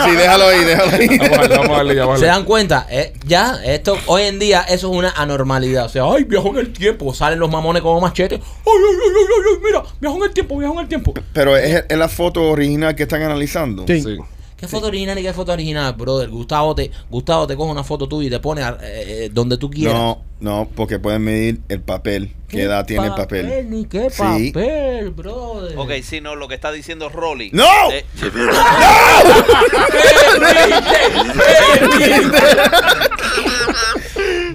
S4: Sí, déjalo ahí, déjalo
S2: Vamos a
S4: ahí.
S2: darle, vamos a darle, ya, vamos a
S3: ¿Se
S2: darle.
S3: dan cuenta? Eh, ya, esto, hoy en día, eso es una anormalidad. O sea, ay, viajo en el tiempo. Salen los mamones como machete. Ay, ay, ay, ay, ay, mira, viajo en el tiempo, viajo en el tiempo.
S4: Pero es, es la foto original que están analizando.
S6: Sí.
S2: Sí.
S3: ¿Qué foto original y qué foto original, brother? Gustavo te, Gustavo te coge una foto tuya y te pone a- eh, eh, donde tú quieras.
S4: No, no, porque pueden medir el papel. ¿Qué, edad tiene el papel?
S3: Ni qué
S4: Sí.
S3: papel, brother.
S5: Ok, sí, no, lo que está diciendo Rolly.
S4: ¡No!
S5: Eh,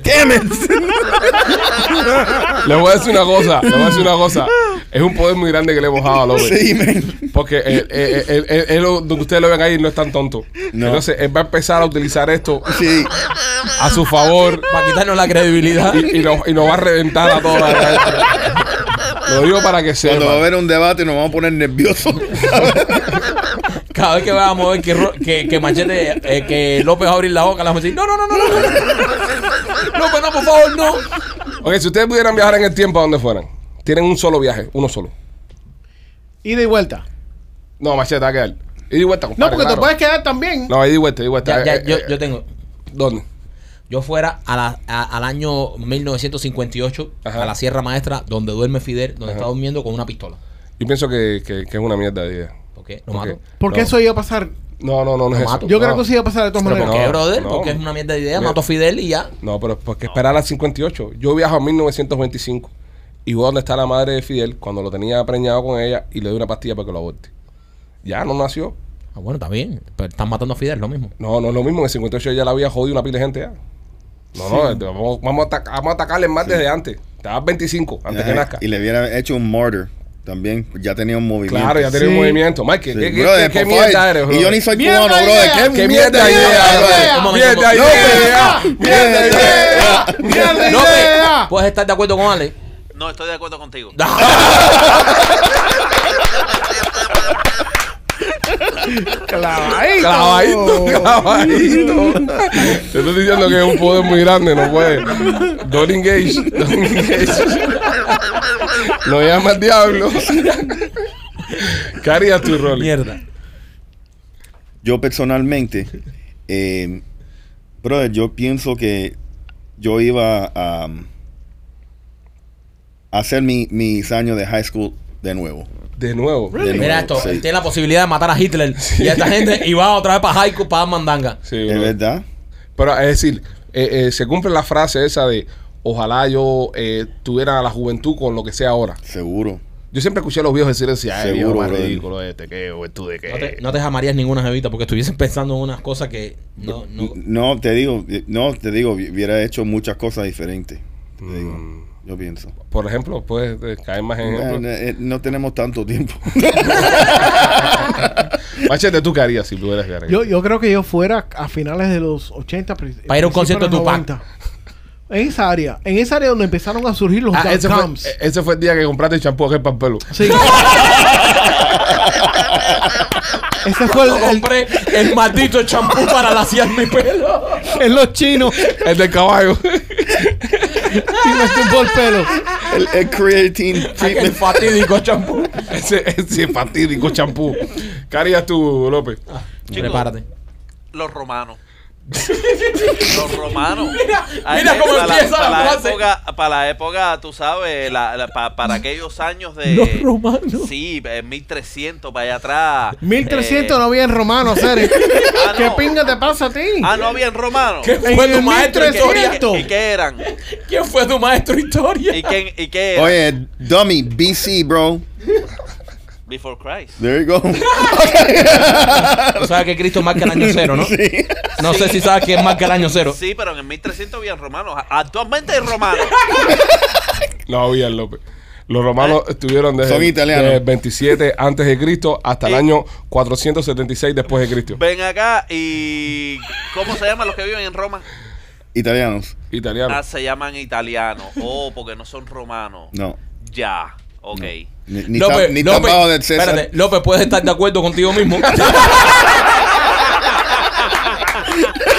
S4: ¡Damn it!
S2: Le voy a decir una cosa, le voy a decir una cosa. Es un poder muy grande que le hemos dado a López.
S4: Sí, man.
S2: Porque eh, él, él- él- él- él lo- donde ustedes lo ven ahí no es tan tonto.
S4: No.
S2: Entonces él va a empezar a utilizar esto
S4: Sí.
S2: a su favor
S3: Para quitarnos la credibilidad.
S2: y, y nos, y nos va a reventar a todos. Lo digo para que
S4: Cuando
S2: sepa.
S4: va a haber un debate nos vamos a poner nerviosos.
S3: Cada vez que vamos a ver que, Ro- que, que Machete, eh, que López va a abrir la boca, la vamos a decir, no, no, no, no, no, no, no. López, no, por favor, no.
S2: Ok, si ustedes pudieran viajar en el tiempo a donde fueran, tienen un solo viaje, uno solo.
S6: Ida y vuelta.
S2: No, machete, va a quedar. Ida y vuelta,
S6: No,
S2: compadre,
S6: porque te
S2: claro.
S6: puedes quedar también.
S2: No, ida y vuelta, ida y vuelta.
S3: Ya, ya,
S2: Eh,
S3: yo,
S2: eh,
S3: yo tengo.
S2: ¿Dónde?
S3: Yo fuera a la- a- al año 1958,
S2: Ajá.
S3: a la Sierra Maestra, donde duerme Fidel, donde está durmiendo con una pistola.
S2: Yo pienso que, que- que es una mierda de idea.
S3: ¿Por qué? Lo
S2: ¿Por
S3: mato.
S2: qué?
S6: Porque
S2: No.
S6: eso iba a pasar.
S2: No, no, no, no es
S3: Lo
S2: eso.
S3: mato.
S6: Yo
S2: No.
S6: creo que eso iba a pasar de todas
S3: ¿Pero por
S6: maneras.
S3: qué,
S2: No,
S3: brother?
S2: no.
S3: Porque es una mierda de idea.
S2: Mira.
S3: Mato a Fidel y ya.
S2: No, pero porque esperar al 58. Yo viajo a 1925 y voy a donde está la madre de Fidel cuando lo tenía preñado con ella y le doy una pastilla para que lo aborte. Ya no nació.
S3: Ah, bueno, está bien. Pero están matando a Fidel, lo mismo.
S2: No, no es lo mismo. En el este, 58 ya la había jodido una pila de gente ya. No, no, vamos, vamos a, ataca- vamos a atacarle más desde antes. Estaba 25 antes que
S4: Ajá,
S2: nazca.
S4: Y le hubiera hecho un murder también. pues Ya tenía un movimiento.
S2: Claro, ya tenía
S6: Sí.
S2: un movimiento. Mike, ¿qué,
S4: Sí.
S2: qué- qué-
S4: Brother,
S2: qué
S4: por favor.
S2: mierda eres,
S4: Y yo ni
S2: brother?
S4: soy
S6: ¡Mierda
S4: cubano, brother.
S6: idea!
S4: ¿Qué,
S2: ¡Qué
S4: mierda,
S2: mierda
S4: idea,
S2: idea,
S4: brother?
S2: brother!
S3: brother!
S2: ¡Mierda
S4: No,
S2: idea!
S4: pero-
S2: ¡Mierda idea!
S6: ¡Mierda
S3: No,
S6: idea!
S3: ¿Puedes estar de acuerdo con Ale?
S5: No, estoy de acuerdo contigo.
S6: Clavadito.
S2: Clavadito, clavadito. Te estoy diciendo que es un poder muy grande, no puede. Don't engage, don't engage. Lo llama al diablo. ¿Qué harías tú, Rolly?
S3: Mierda.
S4: Yo personalmente, eh, brother, yo pienso que yo iba a um, hacer mi- mis años de high school de nuevo.
S2: De nuevo.
S4: De nuevo,
S3: Mira esto,
S4: sí.
S3: tiene la posibilidad de matar a Hitler y a esta gente y va otra vez para Haiku para dar mandanga.
S2: Sí,
S4: ¿Es
S2: bro.
S4: verdad?
S2: Pero es decir, eh, eh, se cumple la frase esa de ojalá yo eh, tuviera la juventud con lo que sea ahora.
S4: Seguro.
S2: Yo siempre escuché a los viejos decir ese ay, viejo,
S4: Seguro,
S2: más
S4: brother.
S2: ridículo este, qué juventud de qué.
S3: No te, no te jamarías ninguna jevita porque estuviesen pensando en unas cosas que no, no-
S4: No, te digo, eh, no, te digo, hubiera hecho muchas cosas diferentes. Te
S3: Mm.
S4: digo, yo pienso.
S2: Por ejemplo, puedes eh, caer más en
S4: Eh,
S2: ejemplo.
S4: eh, no tenemos tanto tiempo.
S2: Machete, ¿tú qué harías si tuvieras que hacer?
S6: Yo, yo creo que yo fuera a finales de los 80. princip-
S3: Para ir a un concierto de
S6: principios los
S3: Tupac.
S6: 90. En esa área. En esa área donde empezaron a surgir los
S2: Ah,
S6: dot
S2: ese fue,
S6: coms.
S2: eh, ese fue el día que compraste el champú aquel para el pelo.
S6: Sí. ese fue el, el-
S3: compré el maldito champú para laciar mi pelo.
S6: en los chinos.
S2: El del caballo.
S6: Y me tumbó el pelo.
S4: el, el creatine
S3: El
S4: treatment.
S3: fatídico champú.
S2: ese, ese fatídico champú. ¿Qué harías tú, López?
S3: Prepárate.
S5: Los romanos. Los romanos.
S3: Mira,
S5: Ay,
S3: mira
S5: eh,
S3: cómo
S5: para la-
S3: empieza la
S5: para
S3: frase.
S5: época, para la época, tú sabes, la- la- pa- para aquellos años de.
S3: Los romanos.
S5: Sí, eh, 1300 para allá atrás.
S6: 1300 no
S5: Eh,
S6: había en romano, Cere.
S5: Ah,
S6: ¿Qué
S5: no.
S6: pinga te pasa a ti?
S5: Ah, no habían romanos.
S3: ¿Qué
S6: En
S3: fue tu
S6: el
S3: maestro de historia?
S6: 1300.
S5: ¿Y qué eran?
S3: ¿Quién fue tu maestro de historia?
S5: ¿Y qué, y qué eran?
S4: Oye, dummy, BC, bro.
S5: Before Christ.
S4: There you go.
S3: Tú sabes que Cristo marca el año cero, ¿no?
S4: Sí.
S3: No sé si sabes quién marca el año cero.
S5: Sí, pero en el 1300 habían romanos. Actualmente hay romanos.
S2: No había el López. Los romanos estuvieron desde
S4: Son
S2: el-
S4: italianos.
S2: desde el 27 antes de Cristo hasta el
S5: Eh.
S2: año 476 después de Cristo.
S5: Ven acá y. ¿Cómo se llaman los que viven en Roma?
S4: Italianos.
S2: Italiano.
S5: Ah, se llaman italianos. Oh, porque no son romanos.
S4: No.
S5: Ya. Ok.
S4: Ni, ni, tam- ni tan bajo del César.
S3: pues, espérate, López, puedes estar de acuerdo contigo mismo.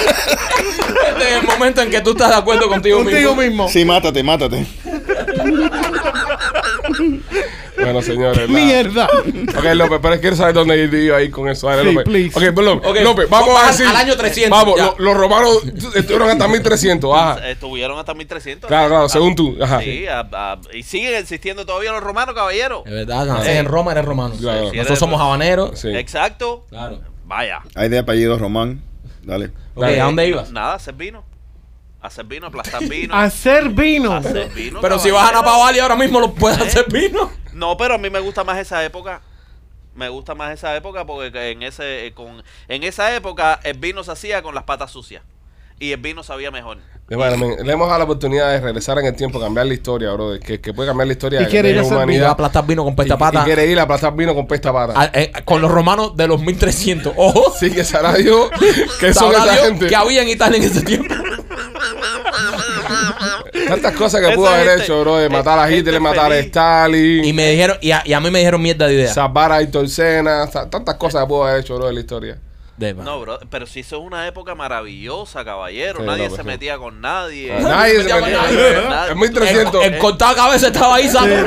S3: Este es el momento en que tú estás de acuerdo contigo, mismo.
S6: Contigo mismo.
S4: Sí, mátate, mátate.
S2: Bueno, señores. la-
S6: Mierda.
S2: Ok, López, pero es que saber dónde ir yo ahí con eso. Dale,
S6: Sí,
S2: López.
S6: please.
S2: Ok, pero López,
S3: Ok,
S2: López, vamos
S3: baja
S2: a decir.
S3: al año 300,
S2: Vamos,
S3: ya.
S2: lo- los romanos estuvieron hasta 1300. Ajá.
S5: Estuvieron hasta 1300.
S2: Ah. Claro, claro,
S5: Ah,
S2: según tú. Ajá.
S5: Sí, ah, ah, y siguen existiendo todavía los romanos, caballero.
S3: Es verdad, cuando naces en Roma eres romano.
S2: Claro.
S5: Sí,
S3: Nosotros
S5: eres-
S3: somos habaneros.
S2: Sí.
S5: Exacto.
S3: Claro.
S5: Vaya.
S4: Hay de apellido Román. Dale.
S3: Ok, ¿a dónde ibas?
S5: Nada, hacer vino. Hacer vino, aplastar vino.
S3: Ah,
S6: Hacer vino.
S5: hacer vino.
S3: Pero si vas a
S5: caballero.
S3: Napavali ahora mismo lo puedes hacer vino.
S5: No, pero a mí me gusta más esa época. Me gusta más esa época porque en ese eh, con en esa época el vino se hacía con las patas sucias y el vino sabía mejor.
S2: De manera, men, le hemos dado la oportunidad de regresar en el tiempo, cambiar la historia, brother. Que, que puede cambiar la historia
S6: Y
S2: de
S6: quiere ir
S2: la
S6: a hacer
S3: Y vas a
S2: humanidad.
S3: aplastar vino con
S2: Y-
S3: pesta
S2: y,
S3: pata.
S2: quiere ir a aplastar vino con pesta pata.
S3: a- eh, con los romanos de los 1300. Ojo.
S2: Sí, que sabrá Dios que son
S3: Sabrá
S2: esa
S3: Dios
S2: gente.
S3: que había en Italia en ese tiempo.
S2: Tantas cosas que
S5: Esa
S2: pudo haber
S5: gente-
S2: hecho, bro. De matar a
S5: gente
S2: Hitler, matar a
S5: feliz.
S2: Stalin,
S3: Y me dijeron, y a, y a mí me dijeron mierda de idea.
S2: salvar a Ayrton Senna. ta- Tantas cosas que pudo haber hecho, bro, de la historia.
S3: De-
S5: No, bro, pero si eso es una época maravillosa, caballero.
S2: Sí,
S5: nadie
S2: no,
S5: se
S2: pues, sí.
S5: metía con nadie.
S2: Nadie se
S3: metía
S2: metió.
S3: con
S5: nadie.
S2: Es muy
S3: el,
S2: 300.
S3: el cortado cabeza estaba ahí, ¿sabes?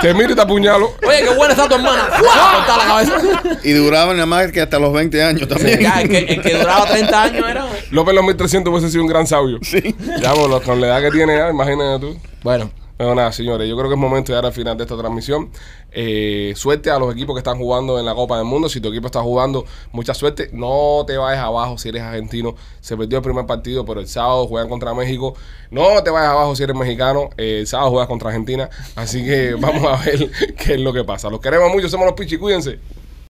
S2: Te miro y te apuñalo.
S3: Oye, qué buena está tu hermana. ¡Fua! Cortaba la cabeza.
S4: Y duraban nada más que hasta los 20 años también.
S3: Ya, el, que, el que duraba 30 años era.
S2: López los 1300 hubiese sido un gran sabio. Sí. Ya, bro, con la edad que tiene ya, imagínate tú.
S3: Bueno,
S2: Bueno, nada, señores, yo creo que es momento de dar al final de esta transmisión. Eh, suerte a los equipos que están jugando en la Copa del Mundo. Si tu equipo está jugando, mucha suerte. No te vayas abajo si eres argentino. Se perdió el primer partido, pero el sábado juegan contra México. No te vayas abajo si eres mexicano. Eh, el sábado juegas contra Argentina. Así que vamos a ver qué es lo que pasa. Los queremos mucho, somos los pichis, cuídense.